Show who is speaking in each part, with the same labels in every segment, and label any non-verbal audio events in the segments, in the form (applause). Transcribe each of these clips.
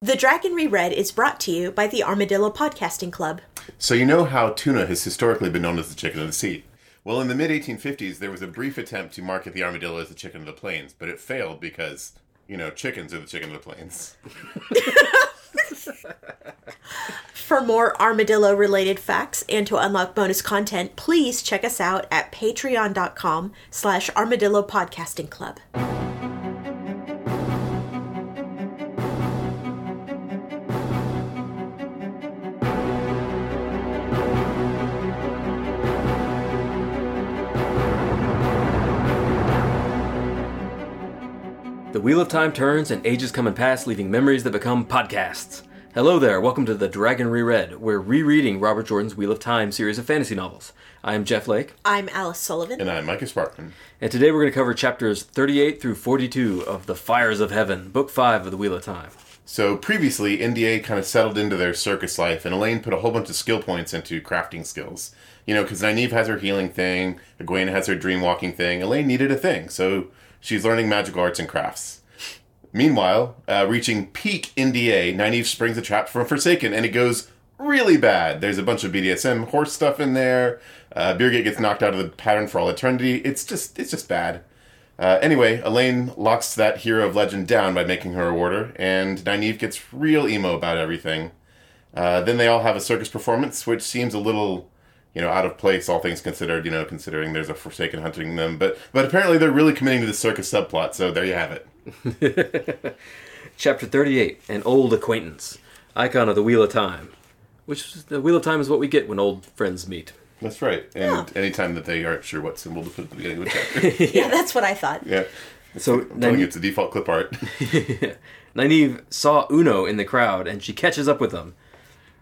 Speaker 1: The Dragon Reread is brought to you by the Armadillo Podcasting Club.
Speaker 2: So, you know how tuna has historically been known as the chicken of the sea. Well, in the mid 1850s, there was a brief attempt to market the armadillo as the chicken of the plains, but it failed because, you know, chickens are the chicken of the plains.
Speaker 1: For more armadillo related facts and to unlock bonus content, please check us out at patreon.com slash armadillo podcasting club.
Speaker 3: The wheel of time turns and ages come and pass, leaving memories that become podcasts. Hello there, welcome to The Dragon Reread. We're rereading Robert Jordan's Wheel of Time series of fantasy novels. I'm Jeff Lake,
Speaker 1: I'm Alice Sullivan.
Speaker 2: And I'm Micah Sparkman.
Speaker 3: and today we're going to cover chapters 38 through 42 of The Fires of Heaven, book 5 of The Wheel of Time.
Speaker 2: So, previously, NDA kind of settled into their circus life, and Elaine put a whole bunch of skill points into crafting skills. You know, because Nynaeve has her healing thing, Egwene has her dream walking thing, Elaine needed a thing, so she's learning magical arts and crafts. Meanwhile, uh, reaching peak NDA, Nynaeve springs a trap from Forsaken, and it goes really bad. There's a bunch of BDSM horse stuff in there. Uh, Birgit gets knocked out of the pattern for all eternity. It's just, it's just bad. Uh, anyway, Elaine locks that hero of legend down by making her a warder, and Nynaeve gets real emo about everything. Uh, then they all have a circus performance, which seems a little, you know, out of place, all things considered. You know, considering there's a Forsaken hunting them, but but apparently they're really committing to the circus subplot. So there you have it.
Speaker 3: Chapter 38 An Old Acquaintance, Icon of the Wheel of Time, which is- the Wheel of Time is what we get when old friends meet.
Speaker 2: That's right. And anytime that they aren't sure what symbol to put at the beginning of a chapter,
Speaker 1: Yeah, that's what I thought.
Speaker 2: yeah,
Speaker 3: So,
Speaker 2: I'm telling you, it's a default clip art.
Speaker 3: Nynaeve saw Uno in the crowd and she catches up with him.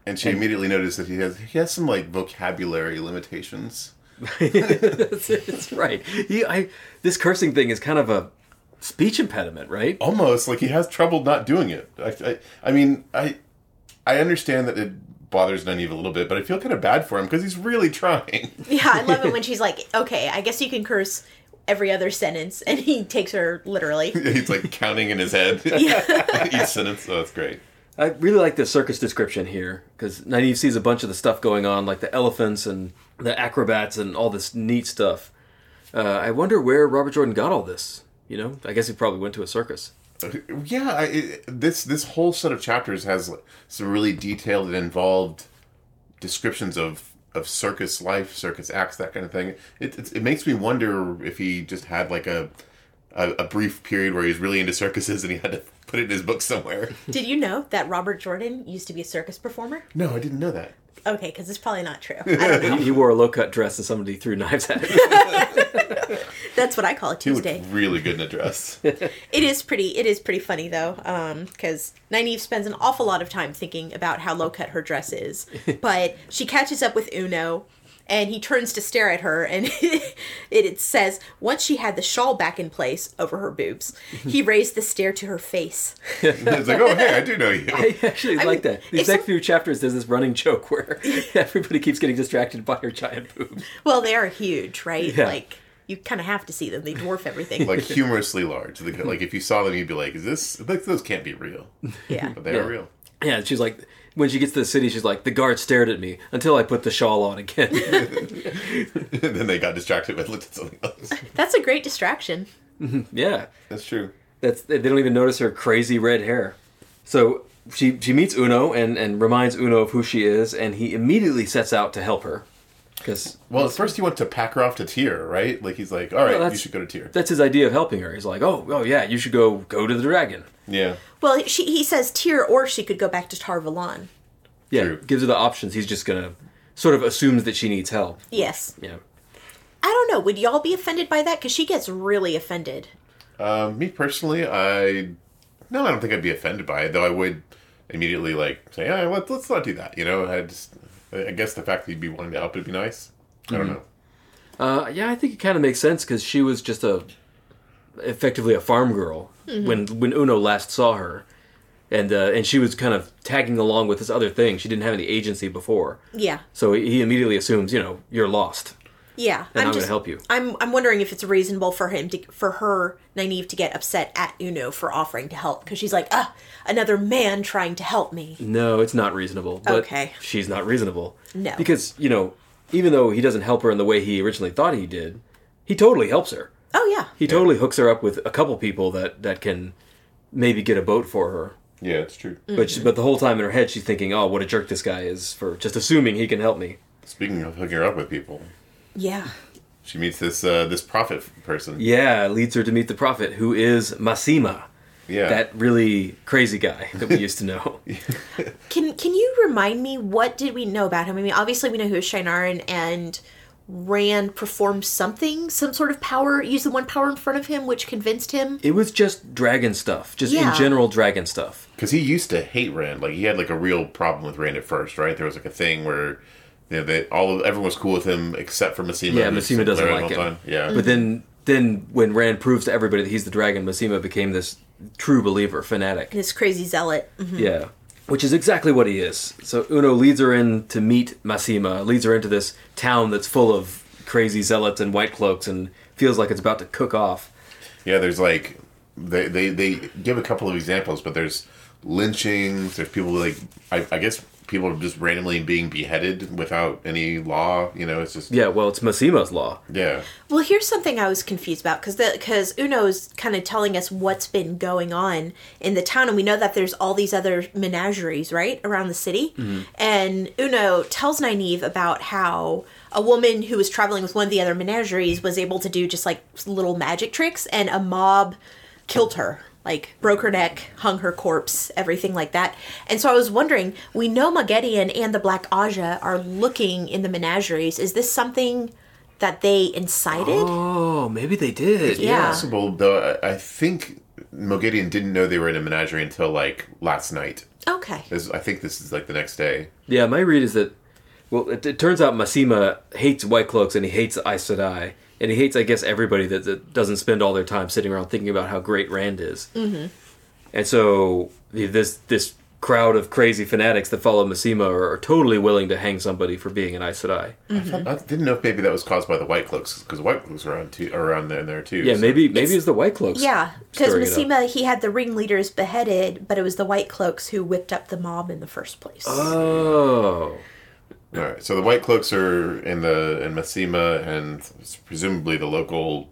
Speaker 2: And she immediately noticed that he has he has some like vocabulary limitations.
Speaker 3: That's, that's right. He, I, this cursing thing is kind of a speech impediment, right?
Speaker 2: almost like he has trouble not doing it. I, I, I mean, I, I understand that it bothers Nynaeve a little bit, but I feel kind of bad for him because he's really trying. (laughs)
Speaker 1: Yeah, I love it when she's like, okay, I guess you can curse every other sentence, and he takes her literally.
Speaker 2: he's like counting in his head (laughs) each sentence. Oh, that's great.
Speaker 3: I really like the circus description here because Nynaeve sees a bunch of the stuff going on, like the elephants and the acrobats and all this neat stuff. Uh, I wonder where Robert Jordan got all this. You know, I guess he probably went to a circus.
Speaker 2: Yeah, I, it, this this whole set of chapters has like, some really detailed and involved descriptions of of circus life, circus acts, that kind of thing. It it, it makes me wonder if he just had like a, a a brief period where he was really into circuses and he had to put it in his book somewhere.
Speaker 1: Did you know that Robert Jordan used to be a circus performer?
Speaker 2: No, I didn't know that.
Speaker 1: Okay, because it's probably not true. I don't know.
Speaker 3: He, he wore a low cut dress and somebody threw knives at him. (laughs)
Speaker 1: That's what I call a
Speaker 2: He looked
Speaker 1: Tuesday.
Speaker 2: really good in a dress.
Speaker 1: It is pretty. It is pretty funny though, because Nynaeve spends an awful lot of time thinking about how low cut her dress is. but she catches up with Uno, and he turns to stare at her, and (laughs) it, it says once she had the shawl back in place over her boobs, he raised the stare to her face.
Speaker 2: it's like, oh, hey, I do know
Speaker 3: (laughs)
Speaker 2: you.
Speaker 3: I actually like that.
Speaker 1: if
Speaker 3: These
Speaker 1: some-
Speaker 3: next few chapters, there's this running joke where (laughs) everybody keeps getting distracted by her giant boobs.
Speaker 1: Well, they are huge, right?
Speaker 3: Yeah.
Speaker 1: Like you kind of have to see them; they dwarf everything.
Speaker 2: Like humorously large. Like, like if you saw them, you'd be like, is this? Like, those can't be real.
Speaker 1: yeah.
Speaker 2: But they
Speaker 3: Yeah.
Speaker 2: are real. (laughs)
Speaker 3: Yeah, she's like, when she gets to the city, she's like, the guard stared at me until I put the shawl on again. (laughs)
Speaker 2: and then they got distracted and looked at something else.
Speaker 1: That's a great distraction.
Speaker 3: yeah,
Speaker 2: That's true.
Speaker 3: that's they don't even notice her crazy red hair. So she she meets Uno and and reminds Uno of who she is, and he immediately sets out to help her because
Speaker 2: Well, at first he went to pack her off to Tyr, right? Like he's like, all right, you
Speaker 3: that's-
Speaker 2: should go to Tyr.
Speaker 3: that's his idea of helping her. He's like, oh oh yeah, you should go go to the dragon.
Speaker 2: Yeah.
Speaker 1: Well, she, he says tear, or she could go back to Tarvalon.
Speaker 3: Yeah,
Speaker 2: True.
Speaker 3: gives her the options. He's just gonna sort of assumes that she needs help.
Speaker 1: Yes.
Speaker 3: Yeah.
Speaker 1: I don't know. Would y'all be offended by that? Because she gets really offended.
Speaker 2: Um, me personally, I no, I don't think I'd be offended by it. Though I would immediately like say, all right, let's let's not do that. You know, I just I guess the fact that you'd be wanting to help would be nice. I don't know.
Speaker 3: Uh, yeah, I think it kind of makes sense because she was just a effectively a farm girl
Speaker 1: Mm-hmm.
Speaker 3: when when Uno last saw her, and uh, and she was kind of tagging along with this other thing. She didn't have any agency before,
Speaker 1: Yeah.
Speaker 3: so he immediately assumes, you know, you're lost.
Speaker 1: Yeah,
Speaker 3: and I'm, going to help you.
Speaker 1: I'm I'm wondering if it's reasonable for him to for her Nynaeve to get upset at Uno for offering to help because she's like, ah, another man trying to help me.
Speaker 3: No, it's not reasonable. But
Speaker 1: Okay.
Speaker 3: She's not reasonable.
Speaker 1: No.
Speaker 3: Because, you know, even though he doesn't help her in the way he originally thought he did, he totally helps her.
Speaker 1: Oh yeah,
Speaker 3: He totally hooks her up with a couple people that, that can maybe get a boat for her.
Speaker 2: Yeah, it's true.
Speaker 3: But she, but the whole time in her head, she's thinking, oh, what a jerk this guy is for just assuming he can help me.
Speaker 2: Speaking of hooking her up with people,
Speaker 1: yeah.
Speaker 2: she meets this uh, this prophet person.
Speaker 3: Yeah, leads her to meet the prophet, who is Masima,
Speaker 2: Yeah.
Speaker 3: that really crazy guy that we used to know.
Speaker 1: Can can you remind me what did we know about him? I mean, obviously we know he was Shinarin and Rand performed something, some sort of power, used the one power in front of him, which convinced him.
Speaker 3: It was just dragon stuff, just
Speaker 1: Yeah.
Speaker 3: in general dragon stuff.
Speaker 2: Because he used to hate Rand. Like he had like a real problem with Rand at first, right? There was like a thing where you know that all of, everyone was cool with him except for Massima.
Speaker 3: Yeah,
Speaker 2: who was
Speaker 3: Massima doesn't
Speaker 2: there
Speaker 3: like
Speaker 2: the
Speaker 3: him.
Speaker 2: whole time. Yeah,
Speaker 3: But then then when Rand proves to everybody that he's the dragon, Masima became this true believer, fanatic.
Speaker 1: This crazy zealot. Mhm.
Speaker 3: Yeah. Which is exactly what he is. So Uno leads her in to meet Massima, leads her into this town that's full of crazy zealots and white cloaks and feels like it's about to cook off.
Speaker 2: yeah. There's like they, they they give a couple of examples, but there's lynchings. There's people like I, I guess people are just randomly being beheaded without any law. You know, it's just
Speaker 3: Yeah, well, it's Massima's law.
Speaker 2: yeah.
Speaker 1: Well, here's something I was confused about because because Uno is kind of telling us what's been going on in the town, and we know that there's all these other menageries right around the city. And Uno tells Nynaeve about how a woman who was traveling with one of the other menageries was able to do just like little magic tricks, and a mob killed her. Like broke her neck, hung her corpse, everything like that. And so I was wondering, we know Magedian and the Black Aja are looking in the menageries. Is this something that they incited.
Speaker 3: Oh, maybe they did.
Speaker 1: Yeah.
Speaker 2: Possible though. I, I think Mogedion didn't know they were in a menagerie until like last night.
Speaker 1: Okay.
Speaker 2: This- I think this is like the next day.
Speaker 3: Yeah, my read is that. Well, it, it turns out Massima hates White Cloaks and he hates Aes Sedai. And he hates, I guess, everybody that, that doesn't spend all their time sitting around thinking about how great Rand is. Mm-hmm. And so the- this this crowd of crazy fanatics that follow Massima are, are totally willing to hang somebody for being an Aes Sedai. Mm-hmm.
Speaker 2: I didn't know if maybe that was caused by the White Cloaks because White Cloaks are on too, are on there, there too.
Speaker 3: Yeah,
Speaker 2: so-
Speaker 3: maybe maybe it's, the White Cloaks.
Speaker 1: Yeah, because
Speaker 3: stirring it up.
Speaker 1: Massima, he had the ringleaders beheaded, but it was the White Cloaks who whipped up the mob in the first place.
Speaker 3: Oh.
Speaker 2: All right, so the White Cloaks are in the in Massima, and presumably the local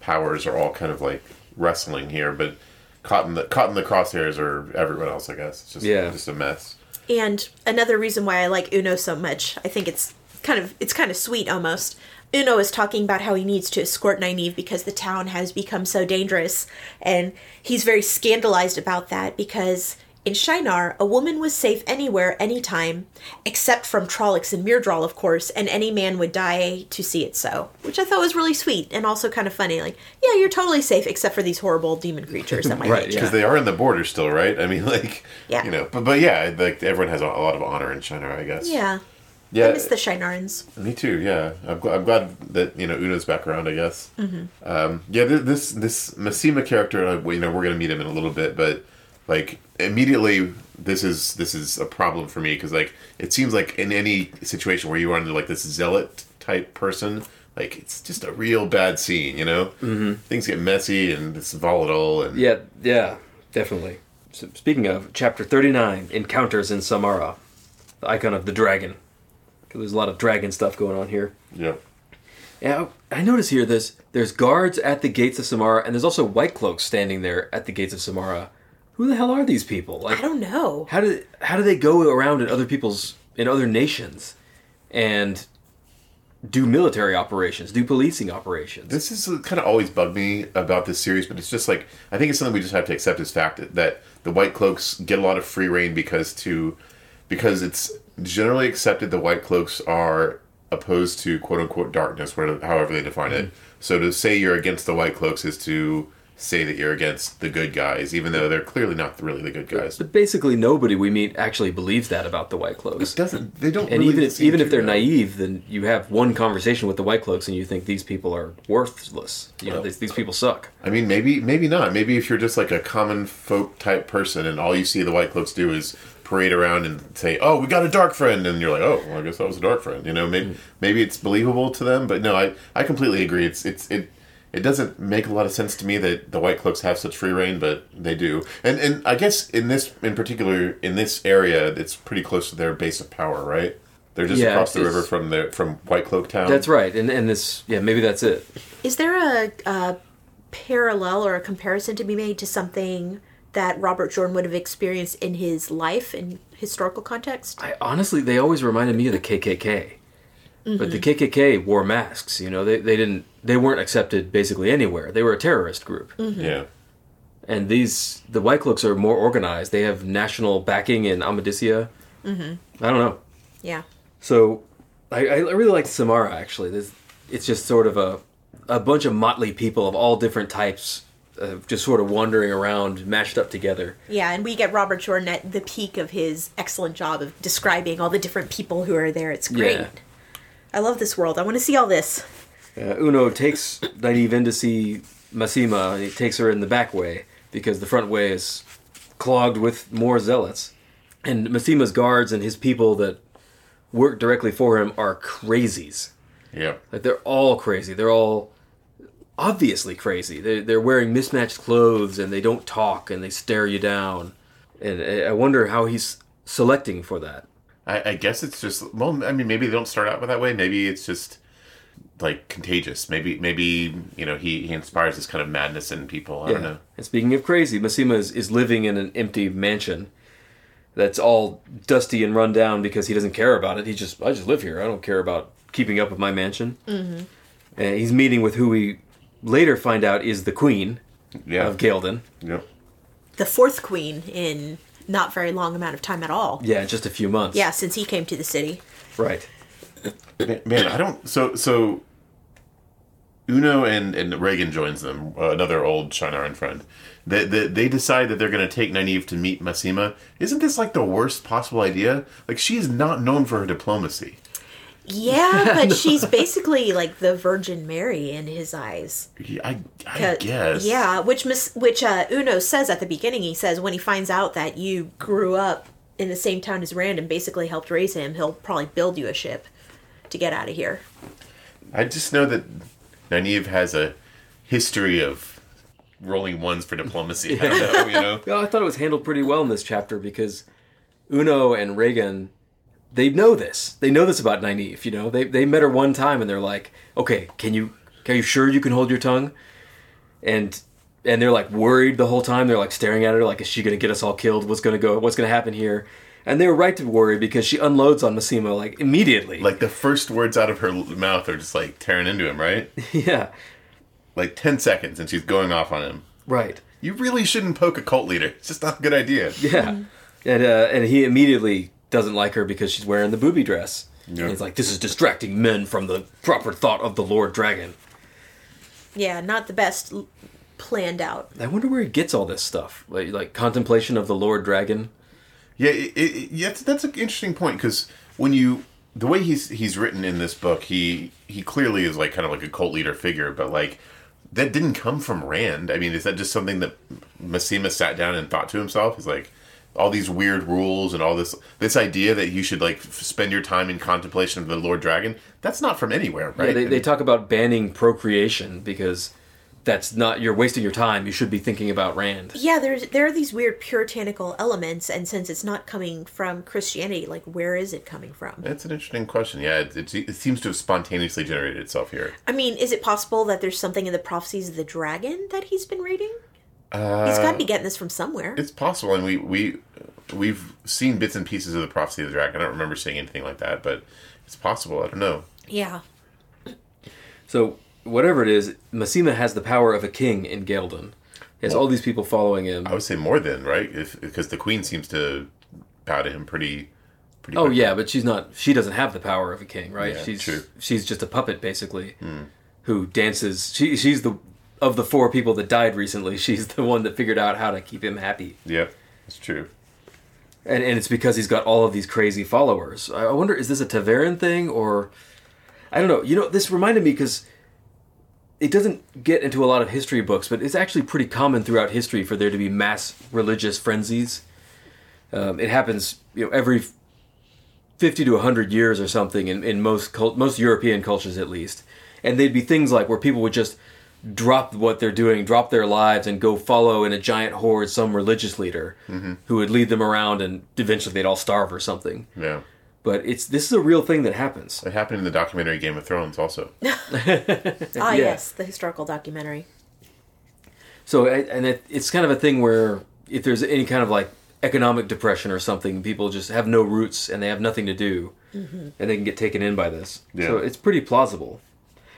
Speaker 2: powers are all kind of like wrestling here, but caught in the caught in the crosshairs are everyone else. I guess it's just
Speaker 3: Yeah.
Speaker 2: just a mess.
Speaker 1: and another reason why I like Uno so much, I think it's kind of it's kind of sweet almost. Uno is talking about how he needs to escort Nynaeve because the town has become so dangerous, and he's very scandalized about that because in Shinar, a woman was safe anywhere, anytime, except from Trollocs and Myrdral, of course, and any man would die to see it so, which I thought was really sweet and also kind of funny. Like, yeah, you're totally safe except for these horrible demon creatures that might
Speaker 3: Right,
Speaker 1: hate you.
Speaker 3: yeah.
Speaker 2: Because they are in the border still, right? I mean, (laughs) like,
Speaker 1: Yeah.
Speaker 2: you know, but, but yeah, like everyone has a, a lot of honor in Shinar, I guess.
Speaker 1: Yeah.
Speaker 2: yeah.
Speaker 1: I miss the Shinarans.
Speaker 2: Me too. Yeah, I'm, gl- I'm glad that you know Uno's back around. I guess.
Speaker 1: Mm-hmm.
Speaker 2: Um, yeah, th- this this Massima character. uh, You know, we're gonna meet him in a little bit, but like immediately, this is this is a problem for me because like it seems like in any situation where you are under like this zealot type person, like it's just a real bad scene. You know, mm-hmm. things get messy and it's volatile and
Speaker 3: Yeah, yeah, definitely. So, speaking of, chapter 39 Encounters in Samara, the icon of the dragon. 'Cause there's a lot of dragon stuff going on here.
Speaker 2: yeah.
Speaker 3: Yeah, I I notice here there's there's guards at the gates of Samara, and there's also white cloaks standing there at the gates of Samara. Who the hell are these people? Like,
Speaker 1: I don't know.
Speaker 3: how do how do they go around in other people's in other nations, and do military operations, do policing operations?
Speaker 2: This is kind of always bugged me about this series, but it's just like I think it's something we just have to accept as fact that, that the White Cloaks get a lot of free reign because to because it's generally accepted the White Cloaks are opposed to quote unquote darkness, where however they define it.
Speaker 3: Mm-hmm.
Speaker 2: So to say you're against the White Cloaks is to say that you're against the good guys, even though they're clearly not really the good guys.
Speaker 3: But basically, nobody we meet actually believes that about the white cloaks.
Speaker 2: Doesn't they don't
Speaker 3: And
Speaker 2: really
Speaker 3: even if,
Speaker 2: seem
Speaker 3: even
Speaker 2: to,
Speaker 3: if they're
Speaker 2: though.
Speaker 3: naive, then you have one conversation with the White Cloaks, and you think these people are worthless. You know,
Speaker 2: Well-
Speaker 3: these, these people suck.
Speaker 2: I mean, maybe, maybe not. Maybe if you're just like a common folk type person, and all you see the White Cloaks do is parade around and say, "Oh, we got a dark friend," and you're like, "Oh, well, I guess that was a dark friend." You know,
Speaker 3: Hmm.
Speaker 2: maybe maybe it's believable to them, but no, I I completely agree. It's it's it. It doesn't make a lot of sense to me that the White Cloaks have such free reign, but they do. And and I guess in this in particular in this area, it's pretty close to their base of power, right? They're just
Speaker 3: Yeah,
Speaker 2: across the
Speaker 3: it's-
Speaker 2: river from their from White Cloak Town.
Speaker 3: That's right, and and this yeah maybe that's it.
Speaker 1: Is there a, a parallel or a comparison to be made to something that Robert Jordan would have experienced in his life in historical context?
Speaker 3: I honestly they always reminded me of the KKK, but the KKK wore masks. You know they they didn't they weren't accepted basically anywhere. They were a terrorist group,
Speaker 2: Yeah.
Speaker 3: Mm-hmm. and these the White Cloaks are more organized. They have national backing in Amadisia. Mm-hmm. I don't know.
Speaker 1: Yeah.
Speaker 3: So I, I really liked Samara actually. There's, it's just sort of a a bunch of motley people of all different types, uh, just sort of wandering around, mashed up together.
Speaker 1: Yeah, and we get Robert Jordan at the peak of his excellent job of describing all the different people who are there. It's great.
Speaker 3: Yeah.
Speaker 1: I love this world. I want to see all this.
Speaker 3: Uh, Uno takes Nynaeve in to see Massima, and he takes her in the back way because the front way is clogged with more zealots. And Massima's guards and his people that work directly for him are crazies.
Speaker 2: Yeah.
Speaker 3: Like they're all crazy. They're all obviously crazy. They they're wearing mismatched clothes and they don't talk and they stare you down. And I I wonder how he's selecting for that.
Speaker 2: I, I guess it's just well, I mean, maybe they don't start out that way. Maybe it's just like contagious. Maybe maybe you know he, he inspires this kind of madness in people. I don't know.
Speaker 3: And speaking of crazy, Massima is, is living in an empty mansion that's all dusty and run down because he doesn't care about it. He just I just live here. I don't care about keeping up with my mansion. Mm-hmm. And he's meeting with who we later find out is the queen
Speaker 2: Yeah.
Speaker 3: of Gaelden.
Speaker 2: Yep.
Speaker 1: The fourth queen in not very long amount of time at all.
Speaker 3: Yeah, in just a few months.
Speaker 1: Yeah, since he came to the
Speaker 3: (laughs)
Speaker 1: city.
Speaker 3: Right.
Speaker 2: Man, man, I don't. So so. Uno and, and Reagan joins them, uh, another old Shinaran friend. They, they, they decide that they're going to take Nynaeve to meet Massima. Isn't this like the worst possible idea? Like, she is not known for her diplomacy.
Speaker 1: Yeah, but she's basically like the Virgin Mary in his eyes.
Speaker 2: I, I guess.
Speaker 1: Yeah, which mis- which uh, Uno says at the beginning. He says when he finds out that you grew up in the same town as Rand and basically helped raise him, he'll probably build you a ship to get out of here.
Speaker 2: I just know that Nynaeve has a history of rolling ones for diplomacy. I don't know, you know?
Speaker 3: Yeah, I thought it was handled pretty well in this chapter because Uno and Reagan, they know this. They know this about Nynaeve. You know, they they met her one time and they're like, "Okay, can you? Are you sure you can hold your tongue?" And and they're like worried the whole time. They're like staring at her, like, "Is she gonna get us all killed? What's gonna go? What's gonna happen here?" And they were right to worry because she unloads on Massimo like immediately.
Speaker 2: Like the first words out of her l- mouth are just like tearing into him, right?
Speaker 3: (laughs) yeah,
Speaker 2: Like 10 seconds and she's going off on him.
Speaker 3: right.
Speaker 2: You really shouldn't poke a cult leader. It's just not a good idea.
Speaker 3: Yeah, and uh, and he immediately doesn't like her because she's wearing the booby dress.
Speaker 2: Yeah.
Speaker 3: He's like, "This is distracting men from the proper thought of the Lord Dragon."
Speaker 1: Yeah, not the best l- planned out.
Speaker 3: I wonder where he gets all this stuff, like, like contemplation of the Lord Dragon.
Speaker 2: Yeah, it, it, it- yeah, that's, that's an interesting point because when you the way he's he's written in this book, he he clearly is like kind of like a cult leader figure, but like that didn't come from Rand. I mean, is that just something that Massima sat down and thought to himself? He's like all these weird rules and all this this idea that you should like f- spend your time in contemplation of the Lord Dragon. That's not from anywhere, right?
Speaker 3: Yeah, they, they talk about banning procreation because that's not you're wasting your time. You should be thinking about Rand.
Speaker 1: Yeah, there's there are these weird puritanical elements, and since it's not coming from Christianity, like where is it coming from?
Speaker 2: that's an interesting question. Yeah, it, it, it seems to have spontaneously generated itself here.
Speaker 1: I mean, is it possible that there's something in the prophecies of the dragon that he's been reading? he's got to
Speaker 2: Uh,
Speaker 1: be getting this from somewhere.
Speaker 2: It's possible, and we we we've seen bits and pieces of the prophecy of the dragon. I don't remember seeing anything like that, but it's possible. I don't know.
Speaker 1: Yeah,
Speaker 3: So whatever it is, Massima has the power of a king in Gaeldon. He has all these people following him.
Speaker 2: I would say more than right, if because the queen seems to bow to him pretty. pretty
Speaker 3: Oh
Speaker 2: quickly.
Speaker 3: yeah, but she's not. She doesn't have the power of a king, right?
Speaker 2: Yeah,
Speaker 3: she's
Speaker 2: true. Hmm.
Speaker 3: she's just a puppet basically, who dances. She she's the of the four people that died recently. (laughs) She's the one that figured out how to keep him happy,
Speaker 2: yeah, it's true.
Speaker 3: and and it's because he's got all of these crazy followers. I I wonder is this a Taverin thing or I don't know. You know, this reminded me because it doesn't get into a lot of history books, but it's actually pretty common throughout history for there to be mass religious frenzies. Um, it happens, you know, every fifty to hundred years or something in, in most cult, most European cultures at least. And they'd be things like where people would just drop what they're doing, drop their lives, and go follow in a giant horde some religious leader who would lead them around, and eventually they'd all starve or something.
Speaker 2: Yeah.
Speaker 3: But it's this is a real thing that happens.
Speaker 2: It happened in the documentary Game of Thrones also. (laughs)
Speaker 1: Ah,
Speaker 3: Yeah.
Speaker 1: yes, the historical documentary.
Speaker 3: So, I- and it, it's kind of a thing where if there's any kind of like economic depression or something, people just have no roots and they have nothing to do,
Speaker 1: Mm-hmm.
Speaker 3: and they can get taken in by this.
Speaker 2: Yeah.
Speaker 3: So it's pretty plausible.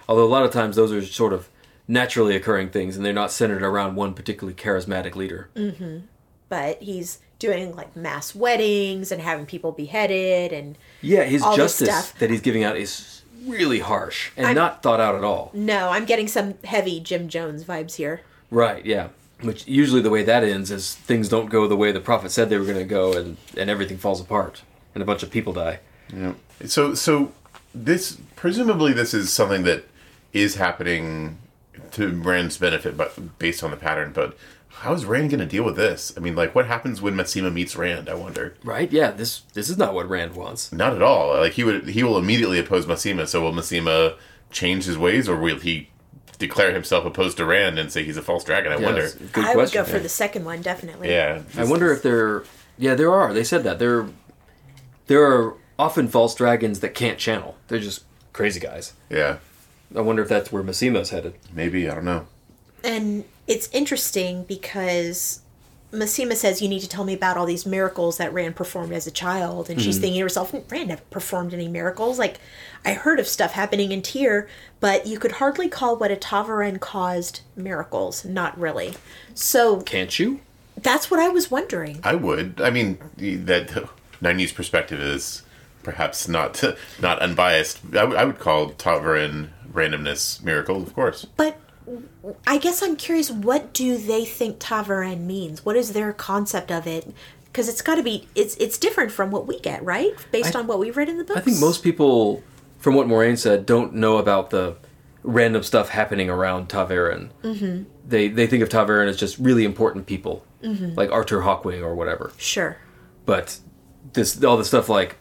Speaker 3: Although a lot of times those are sort of naturally occurring things, and they're not centered around one particularly charismatic leader.
Speaker 1: Mm. But he's doing like mass weddings and having people beheaded and
Speaker 3: Yeah, his
Speaker 1: All this
Speaker 3: justice
Speaker 1: stuff.
Speaker 3: that he's giving out is really harsh and
Speaker 1: I'm-
Speaker 3: not thought out at all.
Speaker 1: no, I'm getting some heavy Jim Jones vibes here.
Speaker 3: Right, yeah. Which usually the way that ends is things don't go the way the prophet said they were going to go, and, and everything falls apart, and a bunch of people die.
Speaker 2: So so this presumably this is something that is happening to Rand's benefit, but based on the pattern. But how is Rand going to deal with this? I mean, like, what happens when Massima meets Rand? I wonder.
Speaker 3: Right? Yeah. This this is not what Rand wants.
Speaker 2: Not at all. Like he would, he will immediately oppose Massima. So will Massima change his ways, or will he declare himself opposed to Rand and say he's a false dragon? I
Speaker 3: Yeah,
Speaker 2: wonder.
Speaker 3: that's a good
Speaker 1: I would
Speaker 3: question.
Speaker 1: go for the second one definitely.
Speaker 2: Yeah,
Speaker 3: I wonder if there. Yeah, there are. They said that there. There are often false dragons that can't channel. They're just crazy guys.
Speaker 2: Yeah,
Speaker 3: I wonder if that's where Massima's headed.
Speaker 2: maybe I don't know.
Speaker 1: And it's interesting because Massima says, You need to tell me about all these miracles that Rand performed as a child. And
Speaker 3: Mm-hmm.
Speaker 1: she's thinking to herself, Rand never performed any miracles. Like, I heard of stuff happening in Tyr, but you could hardly call what a Tavaran caused miracles. Not really. So
Speaker 3: Can't you?
Speaker 1: that's what I was wondering.
Speaker 2: I would. I mean, that (laughs) nineties perspective is perhaps not (laughs) not unbiased. I would- I would call Tavarin randomness miracle, of course.
Speaker 1: But I guess I'm curious, what do they think Tavaran means? What is their concept of it? Because it's got to be it's it's different from what we get, right? Based on what we read in the books.
Speaker 3: I think most people, from what Moraine said, don't know about the random stuff happening around Taverin. Mm-hmm. They they think of Taverin as just really important people,
Speaker 1: Mm-hmm.
Speaker 3: like Arthur Hawkwing or whatever.
Speaker 1: sure.
Speaker 3: but this all the stuff like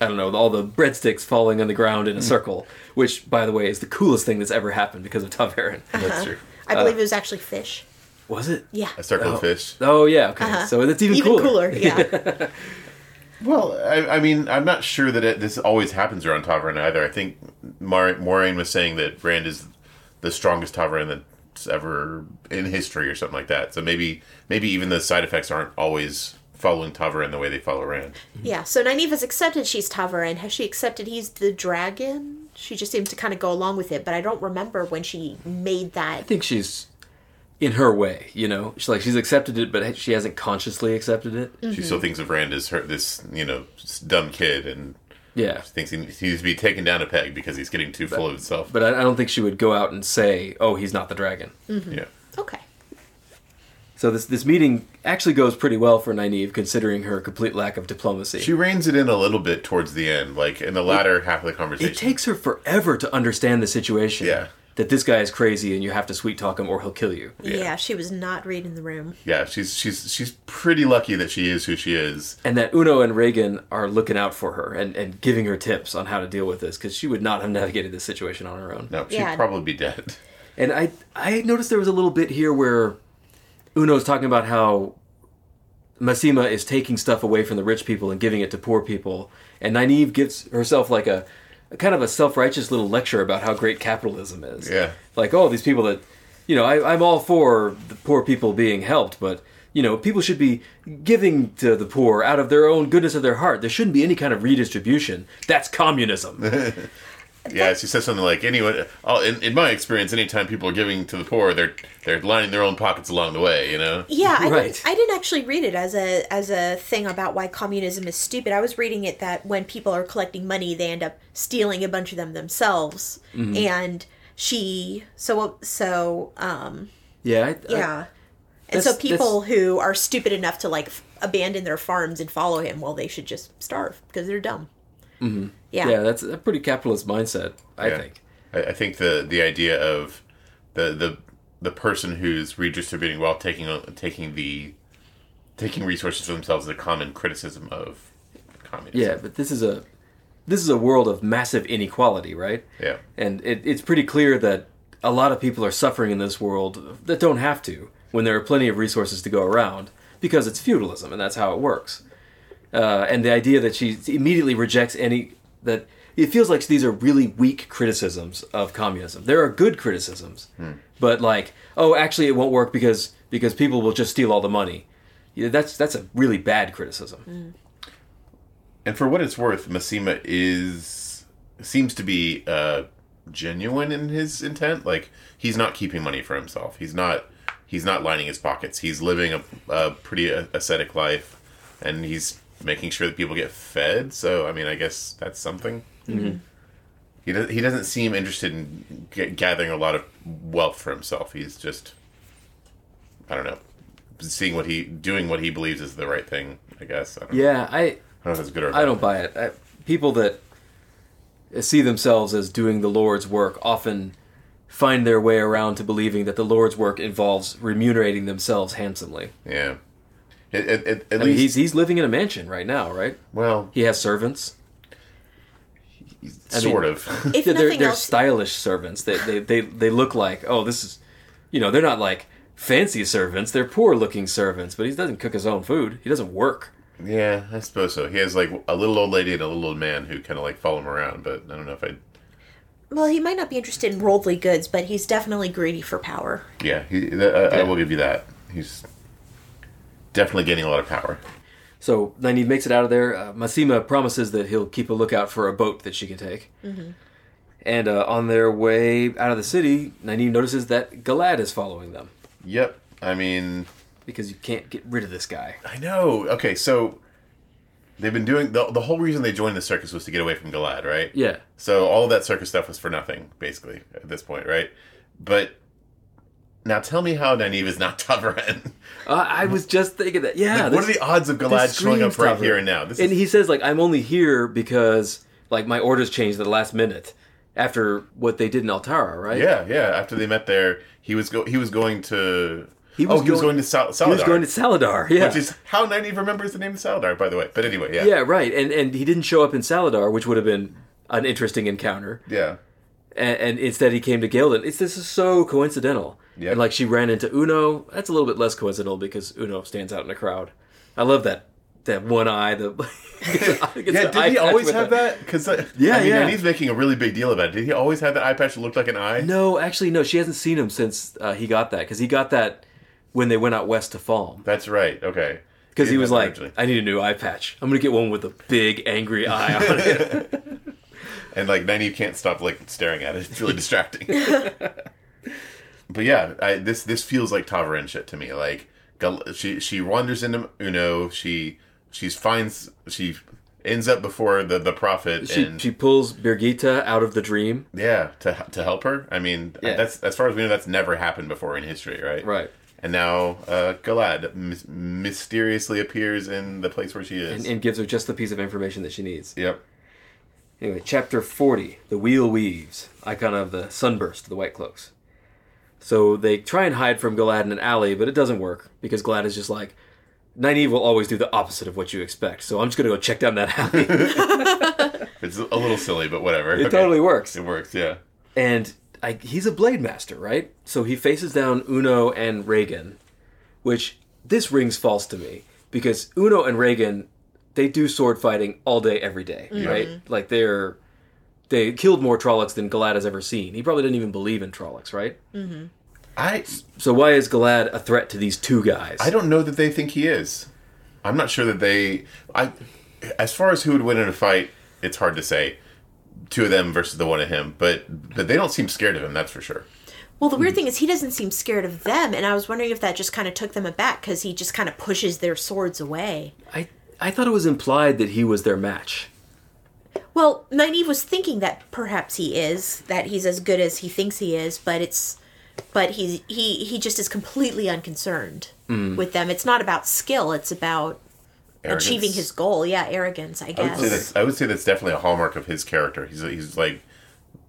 Speaker 3: I don't know all the breadsticks falling on the ground
Speaker 1: Mm.
Speaker 3: in a circle, which by the way is the coolest thing that's ever happened because
Speaker 1: (laughs)
Speaker 3: of Taverin.
Speaker 2: That's true.
Speaker 1: I believe it was actually fish.
Speaker 3: Was it?
Speaker 1: Yeah. Uh-huh.
Speaker 2: A circle of fish.
Speaker 3: Oh yeah. Okay. So that's even,
Speaker 1: Even
Speaker 3: (laughs)
Speaker 1: cooler. Yeah.
Speaker 2: Well, I, I mean, I'm not sure that it, this always happens around Tavarin either. I think Mar- Moraine was saying that Rand is the strongest Tavarin that's ever in history, or something like that. So maybe, maybe even the side effects aren't always following Tavarin the way they follow Rand.
Speaker 1: yeah. So Nynaeve has accepted she's Tavaran. Has she accepted he's the dragon? She just seems to kind of go along with it, but I don't remember when she made
Speaker 3: I
Speaker 1: that.
Speaker 3: think she's in her way. You know, she's like she's accepted it, but she hasn't consciously accepted
Speaker 1: Mm.
Speaker 3: it.
Speaker 2: She still thinks of Rand as her this you know s- dumb kid and
Speaker 3: Yeah.
Speaker 2: thinks he needs he needs to be taken down a peg because he's getting too full of himself.
Speaker 3: But I, I don't think she would go out and say, "Oh, he's not the dragon."
Speaker 1: Mm.
Speaker 2: yeah.
Speaker 1: Okay.
Speaker 3: So this this meeting actually goes pretty well for Nynaeve, considering her complete lack of diplomacy.
Speaker 2: She reins it in a little bit towards the end, like in the latter half of the conversation.
Speaker 3: It takes her forever to understand the situation.
Speaker 2: Yeah.
Speaker 3: That this guy is crazy and you have to sweet talk him or he'll kill you.
Speaker 1: Yeah. she was not reading the room.
Speaker 2: yeah, she's she's she's pretty lucky that she is who she is.
Speaker 3: And that Uno and Reagan are looking out for her and, and giving her tips on how to deal with this because she would not have navigated this situation on her own.
Speaker 2: No, she'd
Speaker 1: Yeah.
Speaker 2: probably be dead.
Speaker 3: And I I noticed there was a little bit here where Uno's talking about how Massima is taking stuff away from the rich people and giving it to poor people, and Nynaeve gives herself like a, a kind of a self righteous little lecture about how great capitalism is.
Speaker 2: Yeah.
Speaker 3: like oh these people that you know I, I'm all for the poor people being helped, but you know people should be giving to the poor out of their own goodness of their heart. There shouldn't be any kind of redistribution.
Speaker 2: (laughs)
Speaker 3: That's communism.
Speaker 2: Yeah, she says something like, "Anyone, all, in, in my experience, anytime people are giving to the poor, they're they're lining their own pockets along the way." You know,
Speaker 1: Yeah, I,
Speaker 3: Right.
Speaker 1: didn't, I didn't actually read it as a as a thing about why communism is stupid. I was reading it that when people are collecting money, they end up stealing a bunch of them themselves.
Speaker 3: Mm-hmm.
Speaker 1: And she, so so um,
Speaker 3: yeah, I,
Speaker 1: Yeah. and
Speaker 3: That's-
Speaker 1: so people who are stupid enough to like f- abandon their farms and follow him, well, they should just starve because they're dumb. Mm-hmm. Yeah.
Speaker 3: yeah, that's a pretty capitalist mindset, I
Speaker 2: Yeah.
Speaker 3: think.
Speaker 2: I, I think the the idea of the the the person who's redistributing while taking taking the taking resources for themselves is a common criticism of communism.
Speaker 3: Yeah, but this is a this is a world of massive inequality, right?
Speaker 2: Yeah.
Speaker 3: And it, it's pretty clear that a lot of people are suffering in this world that don't have to when there are plenty of resources to go around because it's feudalism and that's how it works. Uh, and the idea that she immediately rejects any that it feels like these are really weak criticisms of communism. There are good criticisms, but like, oh, actually, it won't work because because people will just steal all the money. Yeah, that's that's a really bad criticism.
Speaker 2: And for what it's worth, Massima is seems to be uh, genuine in his intent. Like he's not keeping money for himself. He's not he's not lining his pockets. He's living a, a pretty ascetic life, and he's making sure that people get fed. So I mean, I guess that's something. He does, he doesn't seem interested in g- gathering a lot of wealth for himself. He's just I don't know, seeing what he doing what he believes is the right thing. I guess. I don't,
Speaker 3: Yeah, I
Speaker 2: I don't know if it's good or
Speaker 3: I
Speaker 2: bad.
Speaker 3: don't buy it. I, people that see themselves as doing the Lord's work often find their way around to believing that the Lord's work involves remunerating themselves handsomely.
Speaker 2: Yeah. At, at, at, at
Speaker 3: I mean,
Speaker 2: least,
Speaker 3: he's he's living in a mansion right now, right?
Speaker 2: well,
Speaker 3: He has servants. mean-
Speaker 2: sort
Speaker 3: (laughs)
Speaker 2: of.
Speaker 1: If
Speaker 3: Yeah, they're,
Speaker 1: nothing
Speaker 3: they're
Speaker 1: else,
Speaker 3: stylish servants. They, they they they look like oh this is, you know, they're not like fancy servants. They're poor looking servants. But he doesn't cook his own food. He doesn't work.
Speaker 2: yeah, I suppose so. He has like a little old lady and a little old man who kind of like follow him around, but I don't know if I.
Speaker 1: well, he might not be interested in worldly goods, but he's definitely greedy for power.
Speaker 2: Yeah, he, th- I, I will give you that. He's definitely gaining a lot of power.
Speaker 3: So Nynaeve makes it out of there. Uh, Masima promises that he'll keep a lookout for a boat that she can take.
Speaker 2: Mm-hmm.
Speaker 3: And uh, on their way out of the city, Nynaeve notices that Galad is following them
Speaker 2: Yep. I mean,
Speaker 3: because you can't get rid of this
Speaker 2: (laughs)
Speaker 3: guy.
Speaker 2: I know. Okay, so they've been doing the, the whole reason they joined the circus was to get away from Galad, right?
Speaker 3: Yeah.
Speaker 2: So all of that circus stuff was for nothing, basically, at this point, right? But now tell me how Nynaeve is not (laughs) Tavaran.
Speaker 3: Uh, I was just thinking that.
Speaker 2: Like,
Speaker 3: Yeah.
Speaker 2: what
Speaker 3: this-
Speaker 2: are the odds of
Speaker 3: this
Speaker 2: Galad showing up
Speaker 3: screams
Speaker 2: right
Speaker 3: Tavern.
Speaker 2: here and now? This
Speaker 3: and
Speaker 2: is,
Speaker 3: he says like I'm only here because like my orders changed at the last minute after what they did in Altara, right?
Speaker 2: yeah, yeah. After they met there, he was go he was going to
Speaker 3: He was
Speaker 2: oh he was
Speaker 3: going-
Speaker 2: going to Sal- Saladar,
Speaker 3: He was going to Saladar. Yeah.
Speaker 2: which is how Nynaeve remembers the name Saladar, by the way. But anyway, yeah,
Speaker 3: yeah, right. And and he didn't show up in Saladar, which would have been an interesting encounter.
Speaker 2: yeah.
Speaker 3: and, and instead he came to Galen. It's this is so coincidental.
Speaker 2: Yeah.
Speaker 3: And like she ran into Uno. That's a little bit less coincidental because Uno stands out in a crowd. I love that that (laughs) one eye. The
Speaker 2: Yeah,
Speaker 3: yeah.
Speaker 2: did he always have that? Because
Speaker 3: Yeah,
Speaker 2: I mean,
Speaker 3: yeah.
Speaker 2: Nynaeve's making a really big deal about it. Did he always have that eye patch that looked like an eye?
Speaker 3: No, actually, no. She hasn't seen him since uh, he got that because he got that when they went out west to Falm.
Speaker 2: That's right. Okay,
Speaker 3: Because he
Speaker 2: did
Speaker 3: was
Speaker 2: that
Speaker 3: like,
Speaker 2: originally.
Speaker 3: "I need a new eye patch. I'm gonna get one with a big
Speaker 2: (laughs)
Speaker 3: angry eye on it."
Speaker 2: and like Nynaeve can't stop like staring at it. It's really distracting. but yeah, I, this this feels like Tavarin shit to me. Like Gal- she she wanders into Uno. She she's finds she ends up before the the prophet
Speaker 3: she,
Speaker 2: and
Speaker 3: she pulls Birgitta out of the dream.
Speaker 2: yeah to to help her. I mean
Speaker 3: Yeah.
Speaker 2: that's as far as we know that's never happened before in history, right?
Speaker 3: Right.
Speaker 2: And now uh, Galad mys- mysteriously appears in the place where she is.
Speaker 3: And, and gives her just the piece of information that she needs.
Speaker 2: yep.
Speaker 3: Anyway, chapter 40, The Wheel Weaves, icon of the sunburst, the White Cloaks. So they try and hide from Galad in an alley, but it doesn't work because Galad is just like, Nynaeve will always do the opposite of what you expect, so I'm just going to go check down that alley. (laughs) it
Speaker 2: It's a little silly, but whatever. Okay.
Speaker 3: totally works.
Speaker 2: It works. Yeah.
Speaker 3: And I, he's a blade master, right? So he faces down Uno and Reagan, which this rings false to me because Uno and Reagan, they do sword fighting all day, every day, right? Like they're they killed more Trollocs than Galad has ever seen. He probably didn't even believe in Trollocs, right?
Speaker 2: I
Speaker 3: So why is Galad a threat to these two guys?
Speaker 2: I don't know that they think he is. I'm not sure that they. I, as far as who would win in a fight, it's hard to say. Two of them versus the one of him, but but they don't seem scared of him. That's for sure.
Speaker 1: Well, the
Speaker 2: Hmm.
Speaker 1: weird thing is he doesn't seem scared of them, and I was wondering if that just kind of took them aback because he just kind of pushes their swords away.
Speaker 3: I I thought it was implied that he was their match.
Speaker 1: Well, Nynaeve was thinking that perhaps he is, that he's as good as he thinks he is, but it's but he he he just is completely unconcerned with them. It's not about skill, it's about
Speaker 2: Hmm. Arrogance.
Speaker 1: achieving his goal. Yeah, arrogance, I
Speaker 2: I would, say
Speaker 1: guess.
Speaker 2: that's, I would say that's definitely a hallmark of his character. He's he's like